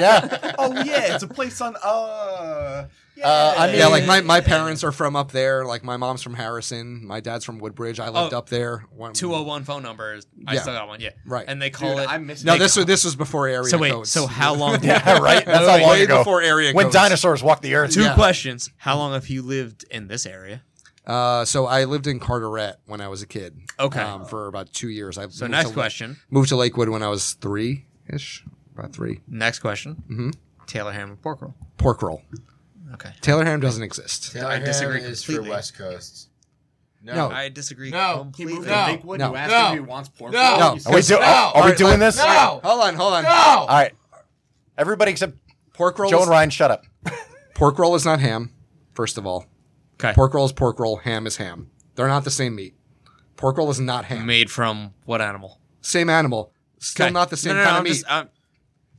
yeah. Oh yeah, it's a place on uh. Uh, I mean, Yeah, like my, my parents are from up there. Like my mom's from Harrison, my dad's from Woodbridge. I lived Oh. up there. When, 201 phone number is I Yeah. still got one, yeah. Right. And they call it I miss No, this was this was before area So wait, codes. so how long yeah, right. That's how long Way ago. before area when codes. dinosaurs walked the earth. Two Yeah. questions. How long have you lived in this area? Uh, so I lived in Carteret when I was a kid. Okay. Um, for about two years. I So next question. Moved to Lakewood when I was three ish, about three. Next question. Mm-hmm. Taylor Ham and Pork Roll. Pork roll. Okay. Taylor ham doesn't exist. I disagree It's for completely. West Coast. No. I disagree No. He completely. moved No. to Lakewood. No. You asked No. him if he wants pork. No. roll, he No. Are we, said, do- are we Alright, doing let- this? No. Hold on, hold on. No. All right. Everybody except Pork roll. Joe is, and Ryan, shut up. Pork roll is not ham. First of all, Okay. pork roll is pork roll. Ham is ham. They're not the same meat. Pork roll is not ham. Made from what animal? Same animal. Still Okay. not the same No, no, no, kind I'm of meat. just- I'm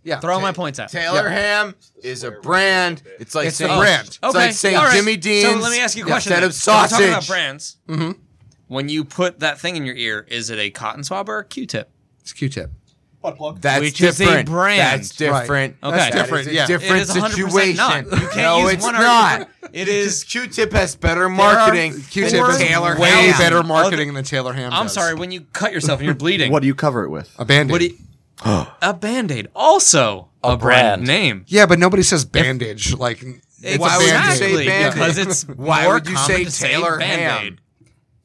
yeah. throwing my points out. Taylor Ham is a brand. It's like It's a saying, brand. It's Oh. Okay. like saying all right. Jimmy Dean's. So let me ask you a question. Instead then. of So we're talking about sausage. brands. Mm-hmm. When you put that thing in your ear, is it a cotton swab or a Q-tip? It's Q-tip. Butt plug. That's Which is a different. brand. That's different. Okay. That's That different, is a yeah. different it is 100% situation. Not. You can't no, use it's one not. It is. Q-tip has better marketing. Q-tip than is Taylor way Ham. better marketing than Taylor ham. I'm does. sorry. When you cut yourself and you're bleeding, What do you cover it with? A band what do you? a band-aid. Also a, brand. brand. name. Yeah, but nobody says bandage. Like it's Why a would you band-aid. say Exactly, Band-Aid? Because it's Why more would you common say to Taylor Ham? Band-Aid.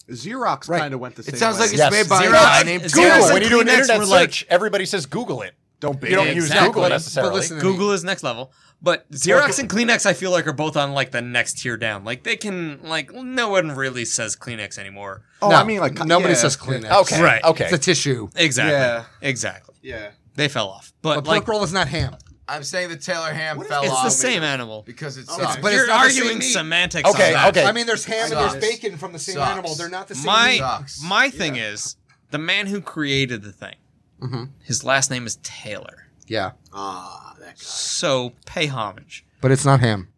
Xerox kind of went the same. It sounds like way. it's Yes. made by a Xerox. guy named Xerox. Google. Xerox. Taylor. When you do an Kleenex internet were search, like- everybody says Google it. don't bait You don't it. use Exactly. Google But necessarily. listen- Google is next level. But Xerox and Kleenex, I feel like, are both on like the next tier down. Like they can, like no one really says Kleenex anymore. Oh, No, I mean, like nobody yeah. says Kleenex. okay. Right. Okay. It's a tissue. Exactly. Yeah. Exactly. Yeah. They fell off. But, But pork like roll is not ham. I'm saying the Taylor Ham fell it's off the same animal. because it's Okay. But it's You're not the same arguing meat. semantics. Okay, on that. okay. I mean, there's ham and there's Sucks. bacon from the same Sucks. animal. They're not the same. meat. My Sucks. my thing is the man who created the thing. Mm-hmm. His last name is Taylor. yeah, Ah, that guy. So pay homage. but it's not ham.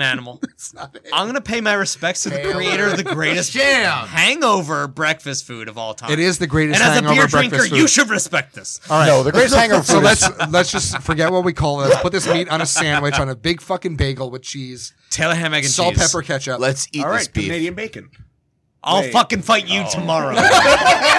animal. I'm gonna pay my respects to the creator of the greatest Jam. hangover breakfast food of all time. It is the greatest And as a hangover beer breakfast drinker, food. you should respect this. All right. No, the greatest hangover So food let's is- let's just forget what we call it. Let's put this meat on a sandwich on a big fucking bagel with cheese, Taylor ham, egg, and salt, cheese. pepper, ketchup. Let's eat All right, this beef. Canadian bacon. I'll Wait. fucking fight you tomorrow.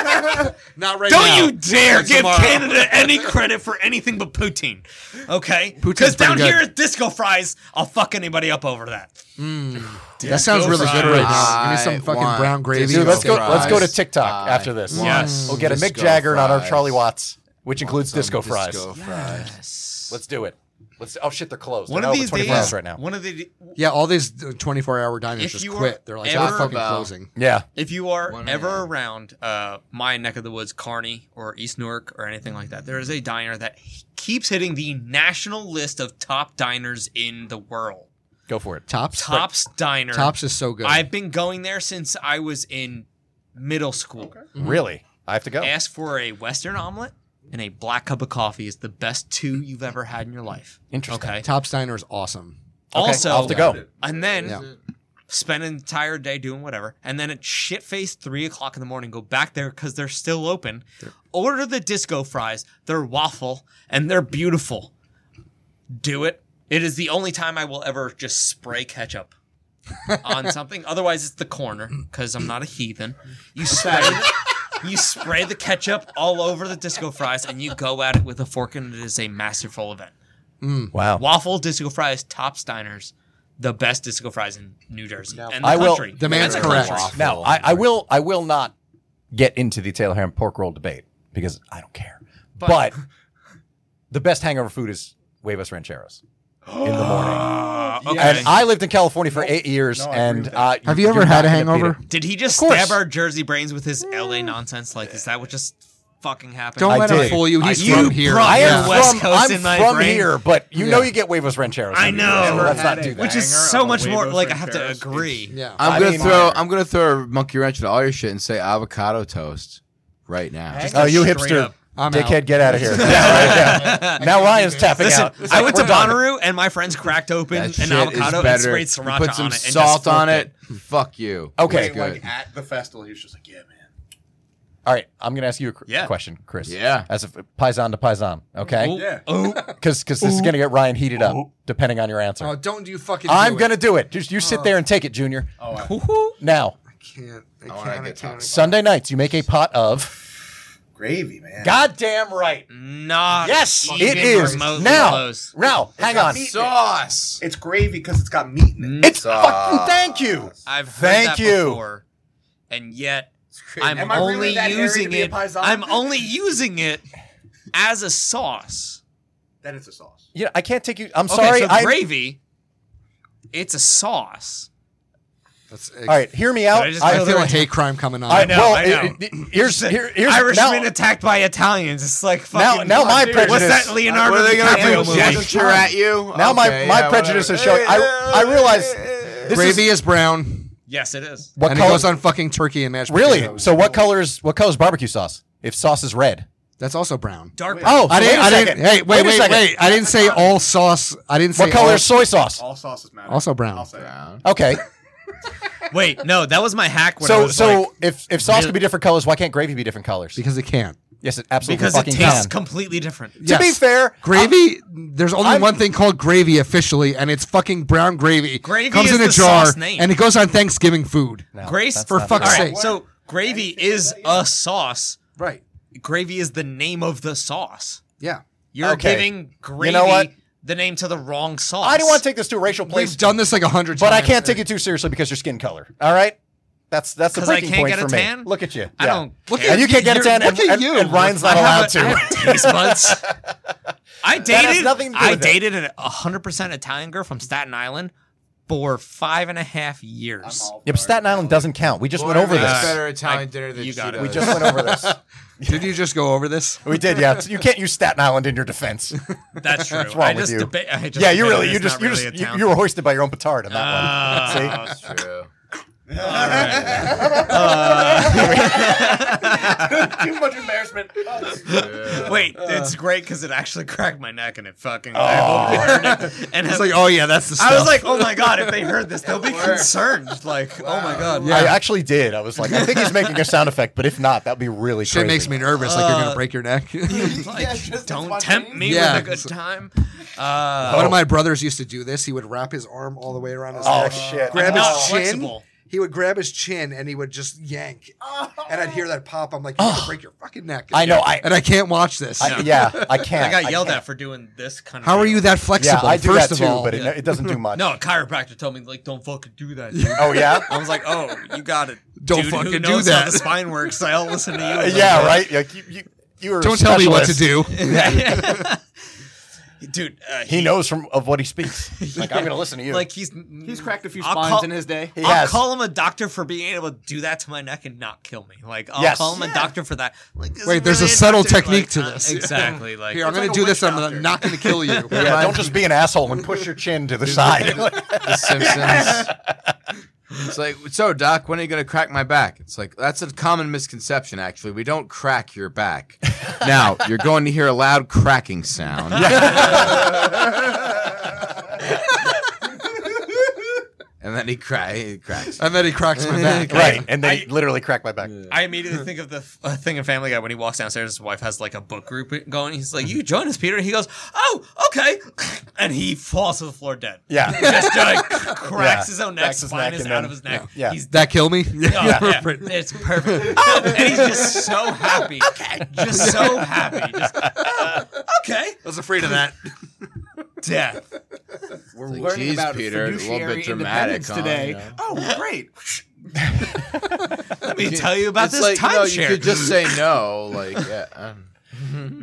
not right Don't now. you dare give tomorrow. Canada any credit for anything but poutine. Okay? pretty Because down good. here at Disco Fries, I'll fuck anybody up over that. That sounds really good right now. Give me some I fucking want brown gravy. Dude, let's go. fries. Let's go to TikTok I after this. want Yes. We'll get a Mick disco Jagger and on our fries. Charlie Watts, which includes Some disco, fries. Disco fries. Let's do it. Let's. Oh shit, they're closed. One They're of open these 24 hours days, right now. one of the Yeah, all these 24 hour diners If just you are quit. They're like, ever we're fucking about- closing. Yeah. If you are One ever man. around uh, my neck of the woods, Kearney or East Newark or anything like that, there is a diner that h- keeps hitting the national list of top diners in the world. Go for it. Tops? Tops Diner. Tops is so good. I've been going there since I was in middle school. Really? I have to go. Ask for a Western omelet and a black cup of coffee is the best two you've ever had in your life. Interesting. Okay. Tops Diner is awesome. Also, I'll have to go. and then Yeah. spend an entire day doing whatever, and then at shit face three o'clock in the morning, go back there because they're still open. Order the disco fries. They're waffle and they're beautiful. Do it. It is the only time I will ever just spray ketchup on something. Otherwise, it's the corner because I'm not a heathen. You spray. You spray the ketchup all over the disco fries and you go at it with a fork, and it is a masterful event. Wow. Waffle disco fries, top diners, the best disco fries in New Jersey and the I will- country. The man's That's a correct. country. Now, I, I will. I will not get into the Taylor ham pork roll debate because I don't care. But, the best hangover food is huevos rancheros in the morning. Okay. And I lived in California for eight years, and uh, Have you ever do had not a get beat hangover? up. Did he just course. stab our Jersey brains with his LA nonsense? Like, is that what just fucking happened? Don't I let did. him fool you. He's You from here. brought I am Yeah. West from, Coast I'm in my from brain. here, but you Yeah. know you get huevos rancheros. I in New know. Jersey, so Ever let's had not a do that. Which is Hanger so of much a more. Huevos Like, I have to Rancheros agree. Yeah. I'm I gonna mean- throw I'm gonna throw a monkey wrench into all your shit and say avocado toast right now. Oh, you hipster, I'm out. dickhead, get out of here! Yeah, right, yeah. Now Ryan's tapping Listen, out. I went to We're done. Bonnaroo and my friends cracked open That shit an is avocado and better. sprayed You sriracha Put some on it. and salt just on forked it. Fuck you. Okay. It's Wait, good. At the festival, he was just like, "Yeah, man." All right, I'm gonna ask you a cr- Yeah. question, Chris. Yeah. As a paisan to paisan, okay? Yeah. Oh, Because because this is gonna get Ryan heated up depending on your answer. Oh, don't you fucking. I'm do gonna do it. Just you sit there and take it, Junior. Oh, I- Now, It. I can't. I wanna can't. I get can't. Sunday nights, you make a pot of. gravy, man. Goddamn right. Not Yes, even it is remotely now. close. Now, hang on. Sauce. It's gravy because it's got meat in it. It's fucking thank you. I've heard Thank that you. before, and yet I'm Am I really only that hairy to using be a it. Paisan? I'm only using it as a sauce. That is a sauce. Yeah, I can't take you. I'm okay, sorry. so I, gravy. It's a sauce. That's, all right, hear me out. I just I go feel there a and- hate crime coming on. I- know, well, I know. it- it- here's here, here's Irishmen now, attacked by Italians. It's like now, fucking. now my what's prejudice. that Leonardo What are they gonna DiCaprio do? movie? Gesture at you? Now my, Okay, my yeah, prejudice is whatever. showing. I I realize this Gravy is is brown, Yes, it is. what and it color. goes on fucking turkey and mashed really? potatoes. So what color is what color is barbecue sauce? If sauce is red. That's also brown. Dark. Oh, so I wait didn't. a I didn't. second. Hey, wait, a wait, wait, second. I didn't say all sauce. I didn't say What color all- is soy sauce? All sauces matter. Also brown. I'll say it. Okay. wait, no, that was my hack. When I so was so like, if if sauce really- can be different colors, why can't gravy be different colors? because it can't. yes, it absolutely because it fucking tastes can. completely different. to be Yes. fair, Gravy. there's only I'm- one thing called gravy officially, and it's fucking brown gravy. Gravy comes is in a the jar, sauce name. and it goes on Thanksgiving food. Grace for not fuck's All sake. right, so gravy is a sauce. Right. Gravy is the name of the sauce. Yeah. You're Okay. giving gravy You know what? the name to the wrong sauce. I didn't want to take this to a racial place, We've done this like a hundred but times. I can't take it too seriously because your skin color. All right, that's that's the 'Cause I breaking can't point get a for me. tan? Look at you. I Yeah. don't. Look care. and you can't get a tan, and, look at and- you. and Ryan's I not have allowed a- to. I have taste buds. I has dated. nothing to do I with it. dated an 100 percent Italian girl from Staten Island for five and a half years. yeah, but Staten Island doesn't count. We just Well, went over makes this. Better Italian dinner than you got it. Cheetos. We just went over this. Did you just go over this? We did, yeah. You can't use Staten Island in your defense. That's true. wrong I with just you? deba- I just yeah, you debated really, you it's just, not you really just, a you, town. you were hoisted by your own petard on that one. Ah. See, That's true. Too much embarrassment. Wait, Uh. it's great because it actually cracked my neck and it fucking. Oh. I hope they heard it. And It's like, oh, yeah, that's the I was stuff. like, oh my god, if they heard this, they'll be concerned. Like, oh my god. I actually did. I was like, I think he's making a sound effect, but if not, that'd be really Shit crazy. makes me nervous. like you're Uh, gonna break your neck. Like, don't tempt me Yeah. with a good time. Uh, One of my brothers used to do this. He would wrap his arm all the way around his Oh, neck. shit. Grab Not his chin. flexible. He would grab his chin and he would just yank. And I'd hear that pop. I'm like, you're gonna break your fucking neck. Oh. I know, I- and I can't watch this. I- yeah, I can't. I got yelled can't. at for doing this kind of. How are you that Yeah, flexible? I do first that of too, all, but it, it doesn't do much. No, a chiropractor told me like, don't fucking do that. dude. Oh yeah. I was like, oh, you got it. Don't dude who fucking do knows How that. the spine works. So I'll listen to you. Uh, yeah, right. Like, you, you, you were a don't tell me what to specialist. do. dude. Uh, He knows from of what he speaks. Like I'm gonna listen to you. Like he's he's cracked a few I'll spines call- in his day. he I'll has. call him a doctor for being able to do that to my neck and not kill me. Like I'll Yes. call him a doctor for that. Like, is Wait, he there's a really subtle doctor? technique Like, to uh, this. Exactly. Like Here, I'm gonna do this. I'm not gonna kill you. yeah, don't just be an asshole and push your chin to the side. The Simpsons. It's like, so Doc, when are you gonna crack my back? It's like that's a common misconception. Actually, we don't crack your back. now you're going to hear a loud cracking sound. and then he, cra- he cracks. and then he cracks my back. right, and they literally crack my back. I immediately think of the f- uh, thing in Family Guy when he walks downstairs. His wife has like a book group going. He's like, "You join us, Peter." And he goes, "Oh, okay," and he falls to the floor dead. Yeah. Just like cracks Yeah. his own neck, Cracks his spine neck is and out then- of his neck. Yeah. Yeah. He's That kill me? Oh, yeah. It's perfect. Oh, and he's just so happy. okay. Just so happy. Just, oh, okay. I was afraid of that. Death. We're learning about fiduciary independence today. Oh, great. Let me tell you about it's this like, no, you timeshare. could just say no. Like, yeah, um,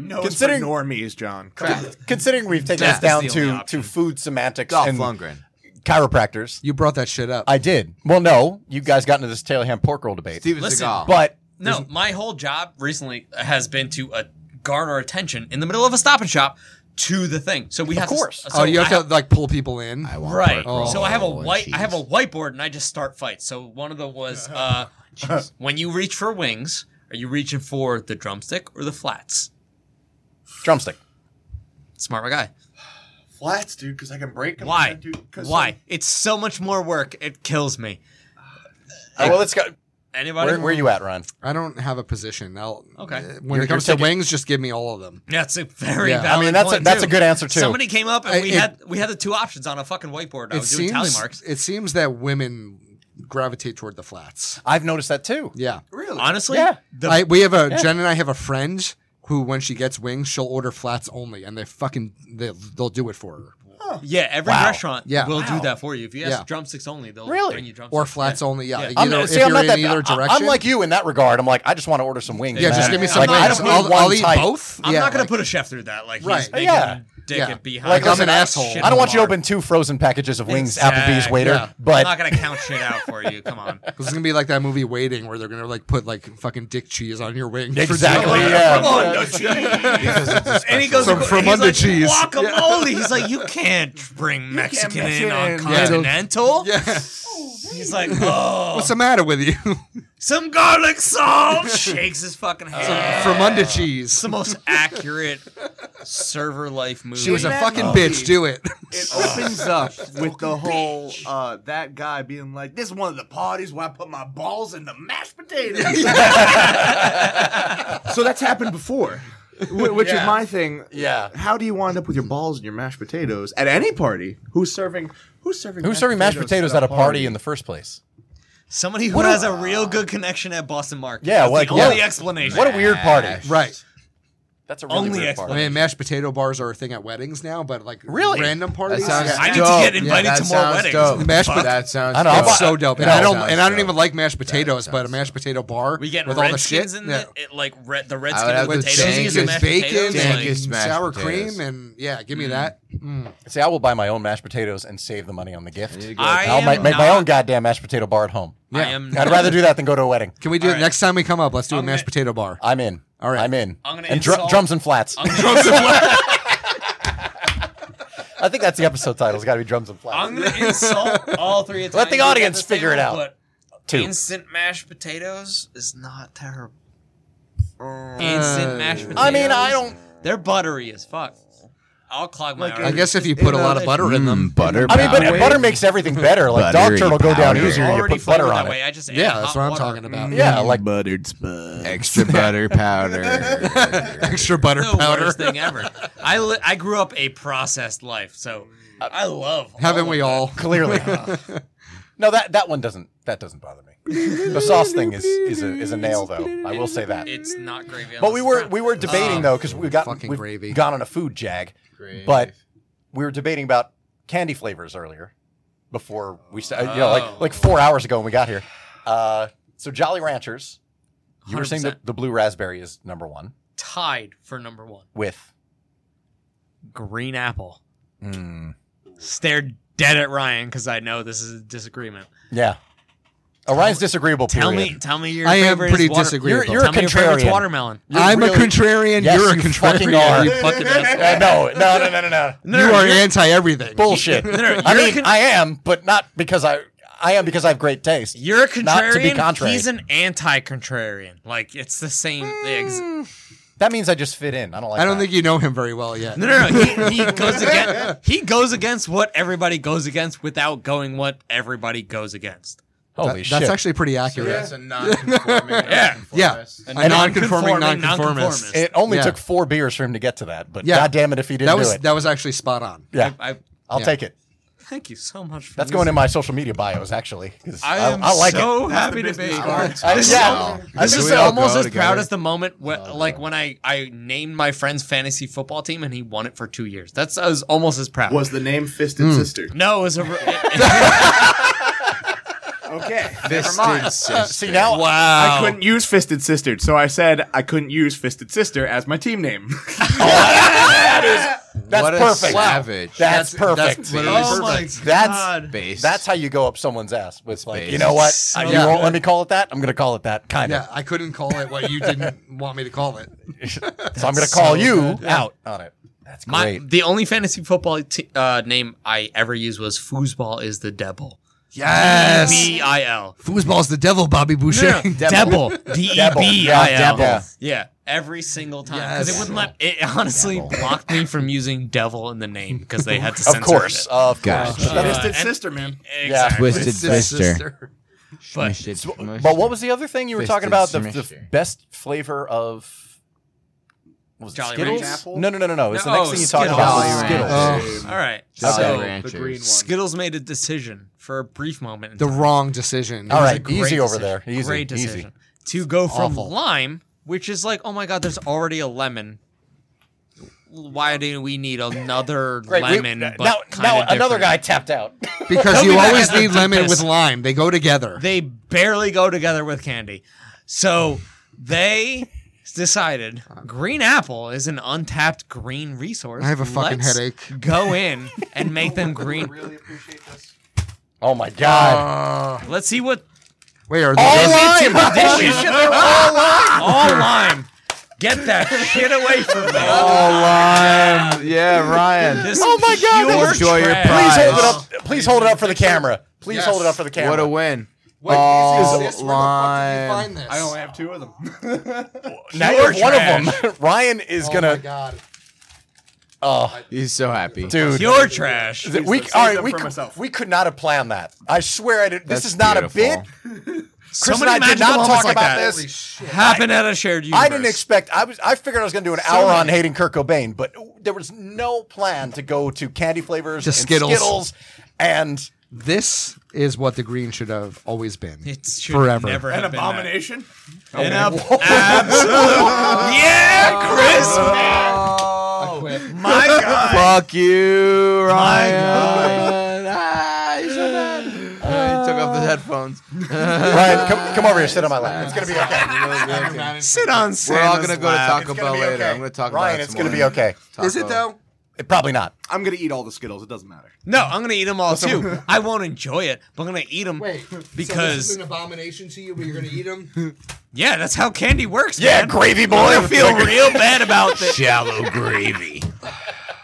No, Considering- it's for normies, John. Considering we've taken Death us down is the only to, option. to food semantics Dolph and Lundgren. chiropractors, You brought that shit up. I did. Well, no, you guys got into this tail ham pork roll debate, Steven Listen, Seagal. but no, my whole job recently has been to uh, garner attention in the middle of a stop and shop to the thing. So we have course. To, so oh, you have I- to like pull people in. I want Right. pork roll So I have a and white I have a cheese. whiteboard and I just start fights. So one of them was uh, when you reach for wings, are you reaching for the drumstick or the flats? drumstick. Smart my guy. Flats, dude, because I can break them. Why? Dude, 'cause Why? It's so much more work. It kills me. Oh, well, let's go. Anybody? Where, where you at, Ryan? I don't have a position. I'll, Okay. uh, When You're- it comes you're to taking- wings, just give me all of them. That's a very Yeah. I valid. I mean, that's a, point, that's too. a good answer too. Somebody came up and I- we it- had we had the two options on a fucking whiteboard. I it was doing tally seems. marks. It seems that women gravitate toward the flats. I've noticed that too. Yeah. Honestly, Yeah. the, I, we have a Jen and I have a friend who, when she gets wings, she'll order flats only, and they fucking they, they'll do it for her yeah, every restaurant Yeah. will do that for you. If you ask Yeah. drumsticks only, they'll Really? bring you drumsticks. or flats only. Yeah. Yeah. Either, I'm, if see, you're I'm not in that. either I- direction. I'm like you in that regard. I'm like, I just want to order some wings. Yeah, man. just give me some Like, wings. I don't need I'll, one I'll eat type. both. I'm Yeah, not gonna like- put a chef through that. Like Right. he's making Yeah. dick Yeah. at behind. Like, I'm an listen, asshole. shit I don't want you to bar. open two frozen packages of wings, Applebee's Exact- waiter. yeah. But I'm not gonna count shit out for you. Come on. This is gonna be like that movie Waiting, where they're gonna like put like fucking dick cheese on your wing. for exactly, dinner. yeah. and he goes From- he's from under like, cheese. Guacamole. He's like, you can't bring Mexican in on Yeah. continental. Yeah. He's like, oh, What's the matter with you? some garlic salt. Shakes his fucking hand. From under cheese. It's the most accurate server life movie. She was a that fucking movie. bitch. Do it. It opens up with the whole uh, that guy being like, "This is one of the parties where I put my balls in the mashed potatoes." so that's happened before, wh- which is my thing. Yeah. How do you wind up with your balls in your mashed potatoes at any party? Who's serving? Who's serving? Who's serving mashed potatoes at a party in the first place? somebody who What a- has a real good connection at Boston Market. Yeah, That's like, the yeah. only explanation. What a weird party! Right. That's a really Only weird I party. mean, mashed potato bars are a thing at weddings now, but like Really? random That parties. sounds I need to dope. get invited that to more sounds weddings. Dope. Mashed pot- that sounds I know, dope. I'll It's But- so dope, and That I don't, sounds and I don't dope. even like mashed potatoes, but a sounds mashed potato bar We get with all the shit redskins in yeah. the, it, like red, the would redskins have with the potatoes cheese and and mashed bacon potatoes. and- like- Dankest mashed sour potatoes. cream, and yeah, give me that. Mm. See, I will buy my own mashed potatoes and save the money on the gift. to go- I I'll am make, make my not- own goddamn mashed potato bar at home. I am. I'd rather do that than go to a wedding. Can we do it right. next time we come up? Let's do a mashed gonna- potato bar. I'm in. All right. I'm in. I'm gonna and dru- insult- drums and flats. I'm gonna- I think that's the episode title. It's got to be drums and flats. I'm gonna insult all three. Let the Italians at audience this figure it table, out. But Two. Instant mashed potatoes is not terrible. Instant mashed potatoes. I mean, I don't. They're buttery as fuck. I'll clog my. I guess if you put a lot of butter Mm. in them, Mm, butter. I mean, but powder. butter makes everything better. Like Buttery dog turtle go down powder. easier. You already put butter flavored on that way. it. I just Mm. yeah, that's what I'm talking about. Yeah, like buttered spud. extra butter powder. Extra butter The powder. worst thing ever. I li- I grew up a processed life, so I love. Haven't we of all? clearly. no, that that one doesn't. That doesn't bother me. The sauce thing is is a, is a nail, though. I will say that. that. It's not gravy. But we unless were it's we were debating Um, though because we got fucking we've gravy. gone on a food jag, but we were debating about candy flavors earlier before we started. You know, Oh. like like four hours ago when we got here. Uh, so Jolly Ranchers, you were saying 100%. that the blue raspberry is number one tied for number one. with Green apple. Hmm. Stared dead at Ryan because I know this is a disagreement. yeah. Orion's disagreeable. Tell period. me, tell me your. I am favorite is pretty water- disagreeable. You're, You're a tell me your favorite's contrarian. watermelon. I'm a really- contrarian. Yes, you're a you contrarian. fucking are. You, You fucking asshole. Uh, no, no, no, no, no, no. you are anti everything. Bullshit. no, I you're mean, con- I am, but not because I. I am because I have great taste. You're a contrarian. Not to be contrary. He's an anti-contrarian. Like it's the same. the ex- That means I just fit in. I don't like. I don't that. think you know him very well yet. No, no, no. He, he goes against. He goes against what everybody goes against without going what everybody goes against. Holy That- shit. That's actually pretty accurate. That's a non-conforming. yeah. Yeah, a And non-conforming non-conforming nonconformist. nonconformist. It only Yeah. took four beers for him to get to that, but Yeah. god damn it if he didn't That was do it. that was actually spot on. yeah, I I'll yeah. take it. thank you so much. For That's going in my social media bios actually. 'cause I am I like it. so happy to be. I, yeah, Wow. I This think is so. almost as proud as the moment, when, Oh, like when I, I named my friend's fantasy football team and he won it for two years. That's I was almost as proud. Was the name Hmm. Fisted Sister? no, it was a. Okay. See now, Oh. I couldn't use Fisted Sister, so I said I couldn't use Fisted Sister as my team name. that's what a perfect. savage. That's, perfect. That's That's, literally oh perfect. my god! Base. how you go up someone's ass with like, based. you know what? So you good. won't let me call it that. I'm going to call it that kind of. Yeah, I couldn't call it what you didn't want me to call it. so I'm going to call so you good. out on it. That's My great. the only fantasy football t- uh, name I ever used was Foosball is the devil. Yes, B I L. foosball's the devil, Bobby Boucher. No, no, Devil. D E Devil. B Yeah, I L. devil. Yeah, every single time because Yes. it wouldn't let. It honestly blocked me from using devil in the name because they had to. Of censor course, it. of Gotcha. course. Uh, Fisted and- Sister, man. Exactly. Twisted It's his sister. But But what was the other thing you were talking about? The, Fisted the smasher. best flavor of what was it, Jolly Skittles? Rancher? No, no, no, no, no. It's No, the next oh, thing you talked Skittles. about. was Jolly Ranchers. Skittles. Oh. all right, Jolly so Ranchers. The green one. Skittles made a decision for a brief moment. in The time. wrong decision. All It was right, a easy great over decision. there. Easy, great decision easy. to go from Awful. lime, which is like, oh my god, there's already a lemon. Why do we need another Great. we- lemon? now, but now kinda another different? guy tapped out. Because you back always after need the lemon piss. with lime. They go together. They barely go together with candy, so they decided green apple is an untapped green resource. I have a fucking Let's headache. Go in and make them green. Oh my god! Let's see what Wait, are all they lime. Holy shit, they're all lime. all lime. Get that shit away from me. Oh, Ryan. Yeah, Ryan. This oh my god! that was- Enjoy your Please prize. hold it up. Please hold it up for the camera. Please hold it up for the camera. What a win. What all is this? Where the lime. fuck did you find this? Oh I only have two of them. now you're one of them. Ryan is Oh my gonna. god. Oh, He's so happy. dude. Pure trash. Th- we Save all right. them We for could, myself. we could not have planned that. I swear I did. This That's is not a beautiful. bit. Chris and I did not talk about this. Happen at a shared universe. I didn't expect. I was. I figured I was going to do an hour on hating Kurt Cobain, but there was no plan to go to candy flavors Just and Skittles. Skittles. And This is what the green should have always been. It should forever. never An have been that. abomination. An ab- absolute. Yeah, Chris. man. My God. Fuck you, Ryan. ah, he's so bad. Uh, he took off his headphones. Ryan, come, come over here. Sit on my lap. It's going to be okay. Sit on. We're all gonna go to It's Taco going Bell to be later. okay. I'm gonna talk Ryan, about it. it's going to be okay. Is it though? It- probably not. I'm gonna eat all the Skittles. It doesn't matter. No, I'm gonna eat them all too. I won't enjoy it, but I'm gonna eat them because abomination to you, but you're going to eat them? yeah, that's how candy works. Yeah, man. gravy boy. I feel real bad about this. Shallow gravy.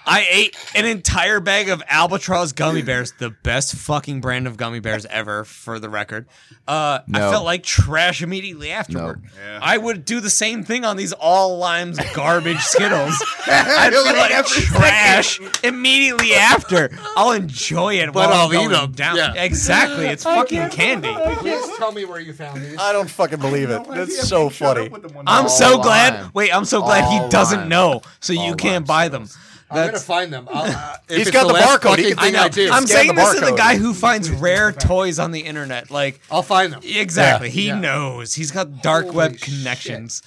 I ate an entire bag of Albatross gummy bears, the best fucking brand of gummy bears ever, for the record. Uh, I No. felt like trash immediately afterward. I would do the same thing on these all limes garbage Skittles. I'd feel like trash immediately after. I'll enjoy it, But while I'll I'm going eat 'em. down. Yeah. Exactly, it's fucking candy. Please tell me where you found these. I don't fucking believe it. That's so funny. I'm so All glad. lime. Wait, I'm so glad All he doesn't lime. know, so you can't buy them. I'm gonna find them. I'll, uh, if He's it's got the last barcode. He fucking can- thing I know. do. I'm scan the saying this to the barcode. guy who finds rare toys on the internet. Like, I'll find them. exactly, he Yeah. knows. He's got dark Holy web shit. connections.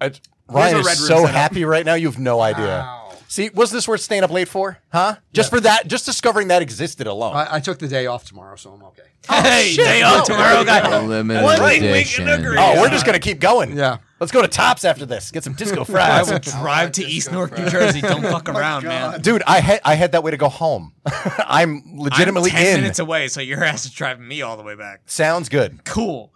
I- Ryan a red is room so setup. happy right now. You have no idea. See, was this worth staying up late for? Huh? Just for that? Just discovering that existed alone. I, I took the day off tomorrow, so I'm okay. hey, day off tomorrow, guy. Limited One week we edition. can agree. oh, we're just gonna keep going. Yeah. Let's go to Tops after this. Get some disco I fries. will drive to East Newark, New Jersey. Don't Oh fuck around, man. Dude, I had I had that way to go home. I'm legitimately I'm 10 in. minutes away, so your ass is driving me all the way back. Sounds good. Cool.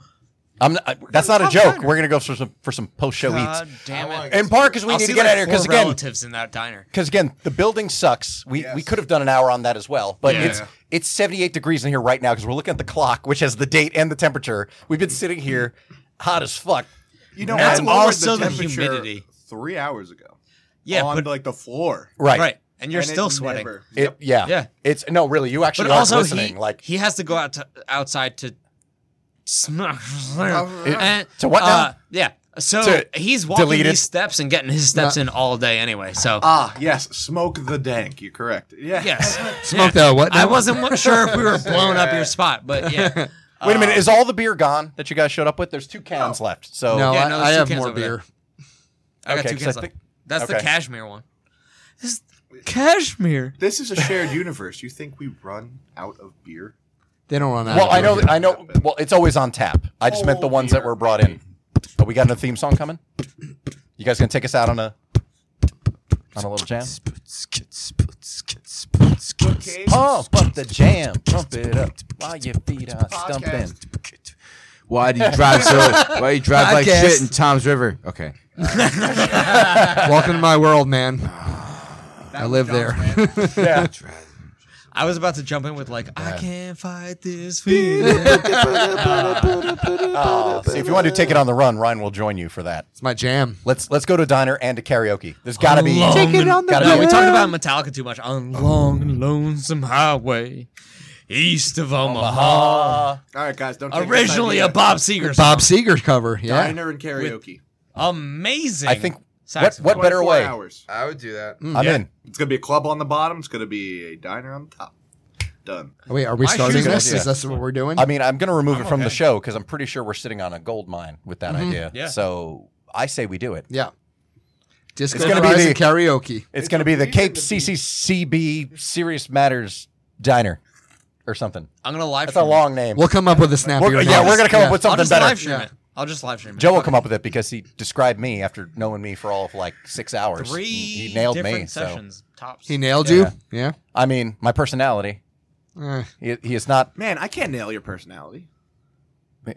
I'm. Not, I- that's not a joke. We're gonna go for some for some post show God eats. Oh damn it. And part because we I'll need see to get like out of here because four again, relatives in that diner. because again, the building sucks. We we could have done an hour on that as well, but Yeah. it's Yeah. it's 78 degrees in here right now because we're looking at the clock, which has the date and the temperature. We've been sitting here, hot as fuck. You know, That's I lowered also the temperature humidity. Three hours ago. Yeah, on but like the floor. Right. right, and you're And it still sweating. never- It, Yeah. Yeah. It's no, really. You actually But are also, listening. he, like he has to go out to, outside to smash. and, to what now? uh, yeah. So To he's walking delete these it? steps and getting his steps in all day anyway. So Ah, yes, smoke the dank. You're correct. Yeah. yes, Smoke that what I now? wasn't wa- sure if we were blowing up your spot, but yeah. Wait a minute. Is all the beer gone Um, that you guys showed up with? There's two cans left. So No, Yeah, I, no, there's I two have cans more over there. beer. I got Okay, two 'cause I cans left. think- That's the okay. cashmere one. This is cashmere. This is a shared universe. You think we run out of beer? They don't run out. well, of I know. beer. I know. Well, it's always on tap. I just meant the ones that were brought in. But we got a theme song coming. You guys gonna take us out on a on a little jam? Okay. Oh, Pump up the jam, pump it up while your feet are stumping. Why do you drive so? Why do you drive like Podcast. shit in Tom's River? Okay. Welcome to my world, man. I live there. Yeah. I was about to jump in with like, I can't fight this feeling. Oh, see, if you want to take it on the run, Ryan will join you for that. It's my jam. Let's let's go to a diner and to karaoke. There's gotta be. Long and- gotta No, be- we talked about Metallica too much. On long and lonesome highway, east of Omaha. All right, guys, don't take this Originally a idea. Bob Seger song. Bob Seger's cover. Yeah. diner and karaoke. Amazing. I think. What, Saxophone. what better 24 way? Hours. I would do that. I'm in. It's gonna be a club on the bottom. It's gonna be a diner on top. Done. Wait, are we My starting shoes are this? good. Is this what we're doing? I mean, I'm going to remove it from the show because I'm pretty sure we're sitting on a gold mine with that idea. Yeah. So I say we do it. yeah. Disco It's gonna be fries the- and karaoke. It's going to be the Cape CCCB Serious Matters Diner or something. I'm gonna live That's a stream. it. long name. We'll come up with a snappier. We're- yeah, name. we're going to come up with I'll something just better. live stream it. I'll just live stream it. Joe will come up with it because he described me after knowing me for all of like six hours. Three he nailed different me. sessions tops. He nailed you. Yeah. So I mean, my personality. Eh. He, he is not. Man, I can't nail your personality.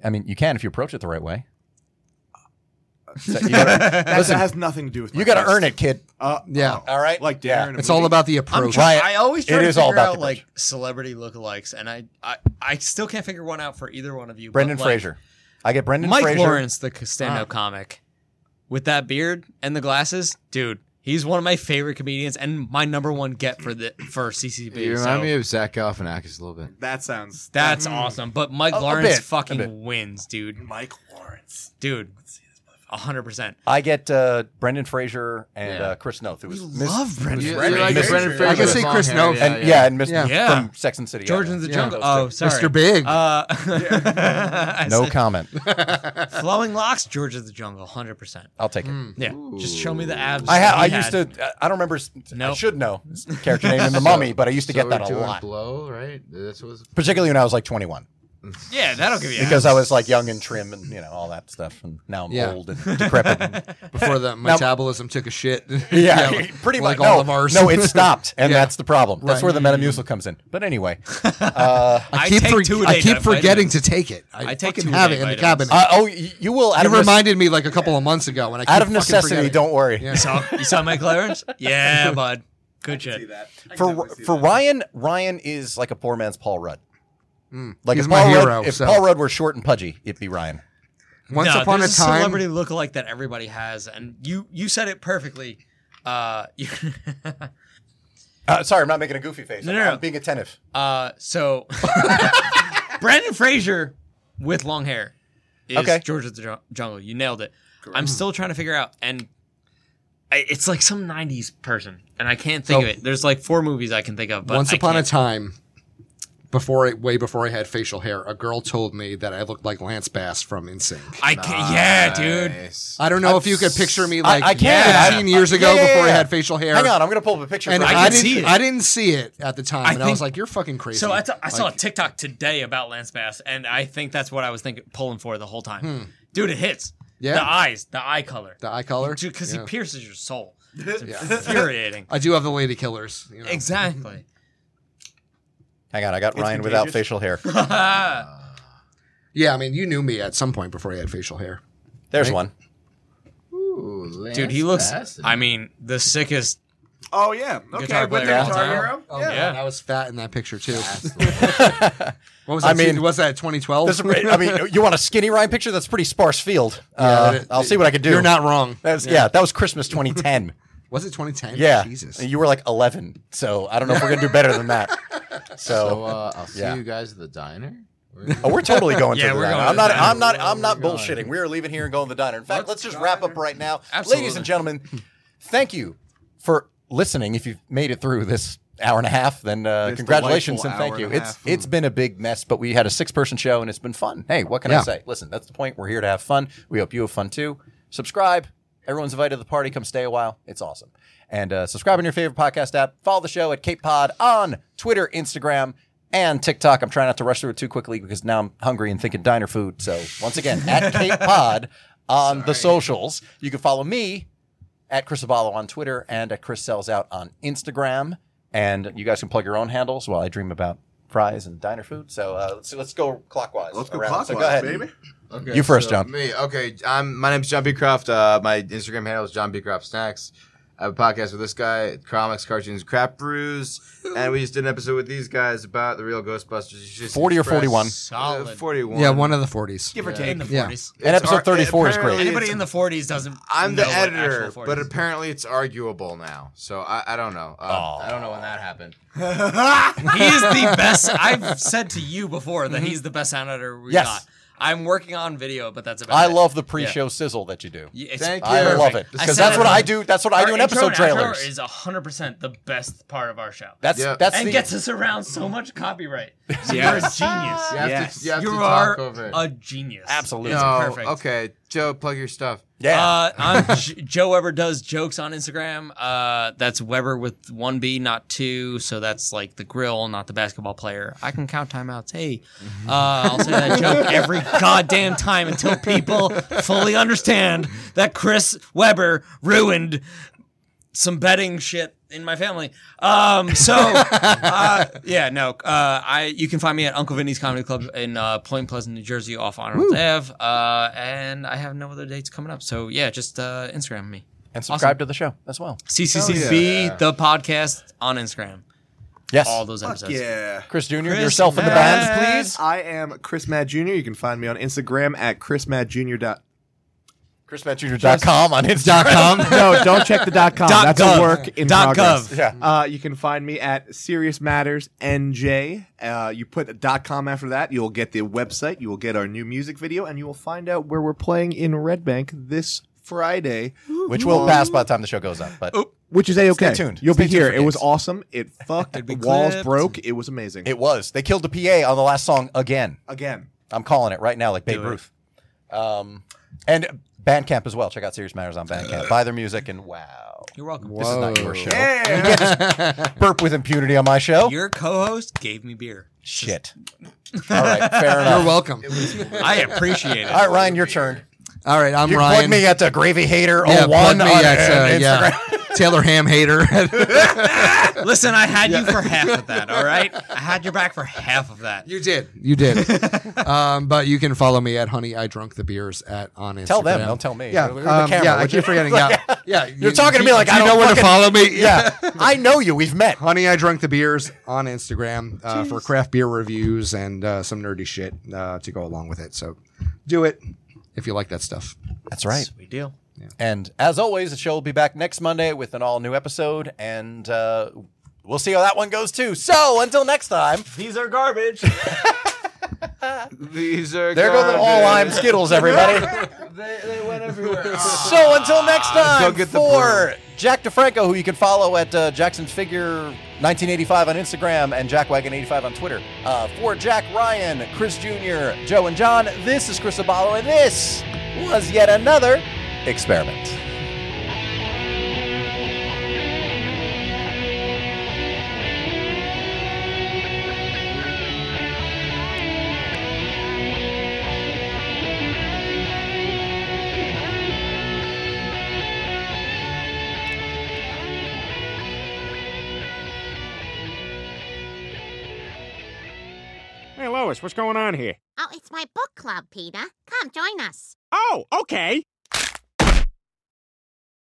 I mean, you can if you approach it the right way. So you gotta, That, listen, that has nothing to do with. you got to earn it, kid. Uh, Yeah. All right. like dinner. yeah. and a It's movie. all about the I'm approach. try- Ryan, I always try it to is figure all about out the like celebrity lookalikes, and I, I I still can't figure one out for either one of you. but, Brendan like, Fraser. I get Brendan Mike Fraser. Ah. Lawrence, the stand-up comic, with that beard and the glasses, dude, he's one of my favorite comedians and my number one get for the for CCB. You so remind me of Zach Galifianakis a little bit. That sounds. Mm. that's awesome. But Mike Mm. A- a Lawrence bit, a bit. fucking wins, dude. Mike Lawrence. Dude, hundred percent. I get uh, Brendan Fraser and Yeah. uh, Chris Noth. Who was We Miss- love Brendan Miss- Fraser. Miss- I can see Chris Noth. and yeah, and Miss Yeah. Yeah. from Sex and City. George yeah. in the Yeah. Jungle. Oh, sorry, Mr. Big. Uh, I No said comment. flowing locks. George of the Jungle, hundred percent. I'll take it. Yeah, just show me the abs. I ha- that I Mm. he used had. to. I don't remember. his- I Nope. should know his character name in the Mummy, but I used to So get that we're a doing lot, Blow, right? This was particularly when I was like 21, Yeah, that'll give you because I was like young and trim and you know all that stuff, and now I'm Yeah. old and decrepit. before the metabolism took a shit. Yeah, like- pretty like much. no, all of ours. no, it stopped, and Yeah. that's the problem. That's Right. where the Metamucil comes in. But anyway, uh, I keep, take for- two a I day keep vi- forgetting vitamins. to take it. I, I take fucking two a have day it in the vitamins. cabinet. uh, oh, y- you will out it of nes- reminded me like a couple of months ago when I keep out of fucking necessity. forgetting. Don't worry. Yeah. You saw, you saw my clearance? Yeah, bud. Good shit. for for Ryan, Ryan is like a poor man's Paul Rudd. Mm. Like He's if my Paul hero, Rudd, if so. Paul Rudd were short and pudgy, it'd be Ryan. Once No, upon a there's time, celebrity lookalike that everybody has, and you you said it perfectly. Uh, you- Uh, sorry, I'm not making a goofy face. No, I'm, no, no. I'm being attentive. uh, so Brandon Fraser with long hair is Okay. George of the Jun- Jungle. You nailed it. I'm still trying to figure out, and I, it's like some '90s person, and I can't So- think of it. There's like four movies I can think of, but once I upon a can't- time, before I, way before I had facial hair, a girl told me that I looked like Lance Bass from InSync. I can't. Yeah, dude. I don't know if you could picture me I- like I can. 15 years Yeah, yeah, ago yeah, before yeah. I had facial hair. Hang on, I'm gonna pull up a picture. And for I, you. can didn't, see it. I didn't see it at the time, I and I was think- like, "You're fucking crazy." So I t- I saw Like, a TikTok today about Lance Bass, and I think that's what I was thinking, pulling for the whole time. Dude, it hits. Hmm. Yeah. The eyes, the eye color. the eye color Because Yeah. he pierces your soul. It's infuriating. I do have the lady killers. You know. Exactly. Hang on, I got Ryan without facial hair. Yeah, I mean, you knew me at some point before I had facial hair. There's Right. one. Dude, he looks, I mean, the sickest. Oh Guitar yeah. Okay. With player the all the guitar time. hero. Oh, yeah. yeah, Yeah. I was fat in that picture too. what was that? I I mean- mean, was that 2012? There's a, I mean, you want a skinny Ryan picture? That's pretty sparse field. Uh, that- I'll see what I can do. You're not wrong. That's, yeah. that was Christmas 2010. Was it 2010? yeah, Jesus. And you were like 11, so I don't know if we're gonna do better than that. So, So uh, I'll see Yeah. you guys at the diner. oh, we're totally going Yeah, to the we're diner. going to I'm the not. diner. I'm not. I'm not We're going. bullshitting. We are leaving here and going to the diner. In fact, let's just wrap up right now, ladies Absolutely. and gentlemen. Thank you for listening. If you've made it through this hour and a half, then uh, This congratulations and delightful thank hour you. and a It's half. it's been a big mess, but we had a six person show and it's been fun. Hey, what can I Yeah. say? Listen, that's the point. We're here to have fun. We hope you have fun too. Subscribe. Everyone's invited to the party. Come stay a while. It's awesome. And uh, subscribe on your favorite podcast app. Follow the show at Cape Pod on Twitter, Instagram, and TikTok. I'm trying not to rush through it too quickly because now I'm hungry and thinking diner food. So once again, at Cape Pod on the socials. You can follow me at Chris Abalo on Twitter and at Chris Sells Out on Instagram. And you guys can plug your own handles while I dream about fries and diner food. So uh, let's let's go clockwise. Let's go around. clockwise, So go ahead. baby. You first, John. Me. Okay. I'm, my name's John B. Croft. Uh, my Instagram handle is John B. Croft Snacks. I have a podcast with this guy, comics, cartoons, crap brews, and we just did an episode with these guys about the real Ghostbusters. You should 40 or express- 41? Uh, Solid. Forty-one. Yeah, one of the 40s. Give or take. In the Yeah. 40s. And episode 34 is great. Anybody in the 40s doesn't. I'm the know what actual editor, 40s but is. apparently it's arguable now. So I, I don't know. Uh, I don't know when that happened. he is the best. I've said to you before that he's the best sound editor we Mm-hmm. Yes. got. I'm working on video, but that's about I it. love the pre-show sizzle that you do. Y- it's Thank I Perfect. love it I because said that's it what I earlier. do. That's what I do in episode trailers. Is hundred percent the best part of our show. that's Yeah. that's and the gets us around so much copyright. So You're a Yes. genius. You have Yes. to, you have you to are talk over it. a genius. absolutely no, perfect. okay, Joe, plug your stuff. yeah. Uh, I'm J- Joe Weber does jokes on Instagram. Uh, that's Weber with one B, not two. So that's like the grill, not the basketball player. I can count timeouts. Hey, Mm-hmm. uh, I'll say that joke every goddamn time until people fully understand that Chris Weber ruined some betting shit in my family. Um, so uh, yeah, no. Uh, I you can find me at Uncle Vinny's Comedy Club in uh, Point Pleasant, New Jersey, off Honorable Ave. Uh, and I have no other dates coming up. So yeah, just uh, Instagram me. and subscribe to the show as well. CCCB the podcast on Instagram. Yes, All those episodes. Yeah. Chris Jr. Chris yourself in the Mads. Uh, band, please. I am Chris Mad Jr. You can find me on Instagram at chrismadjr. dot- ChrisMattJr.com on Instagram. no, don't check the dot com. Dot That's gov. a work in Dot progress. gov. Yeah. Uh, you can find me at Serious Matters NJ. Uh, you put a dot com after that, you will get the website, you will get our new music video, and you will find out where we're playing in Red Bank this Friday, which will pass by the time the show goes up. But which is a okay. Stay tuned. You'll Stay be tuned here. for It was gigs. awesome. It fucked. be Walls clipped. broke. It was amazing. it was they killed the PA on the last song again. Again. I'm calling it right now, like Babe Do it. Ruth. Um, and Bandcamp as well. Check out Serious Matters on Bandcamp. Buy their music and wow. You're welcome. This is not your show. Burp with impunity on my show. Your co-host gave me beer. Shit. All right, fair enough. You're welcome. I appreciate it. All right, Ryan, your turn. All right, I'm You plug Ryan. me at the Gravy Hater Yeah, 01 plug me on at, uh, uh, Instagram. yeah. Taylor Ham hater. Listen, I had you for half of that, all right? I had your back for half of that. You did. You did. um, but you can follow me at Honey I Drunk the Beers at on Instagram. Tell them, don't tell me. Yeah, We're- we're the um, camera, yeah. I would you? keep forgetting. Yeah, yeah. You're talking to me like do I you don't know when to fucking- follow me. Yeah, I know you. We've met. Honey, I drunk the beers on Instagram uh, for craft beer reviews and uh, some nerdy shit uh, to go along with it. So do it if you like that stuff. That's right. We deal. And as always, the show will be back next Monday with an all new episode, and uh, we'll see how that one goes too. So until next time, These are garbage. These are there go the all lime Skittles, everybody. They, they went everywhere. Ah. so until next time, get the for Jack DeFranco, who you can follow at uh, Jackson Figure 1985 on Instagram and JackWagon85 on Twitter. Uh, for Jack Ryan, Chris Jr., Joe and John, this is Chris Abalo, and this was yet another experiment. Hey, Lois, what's going on here? Oh, it's my book club, Peter. Come join us. Oh, okay.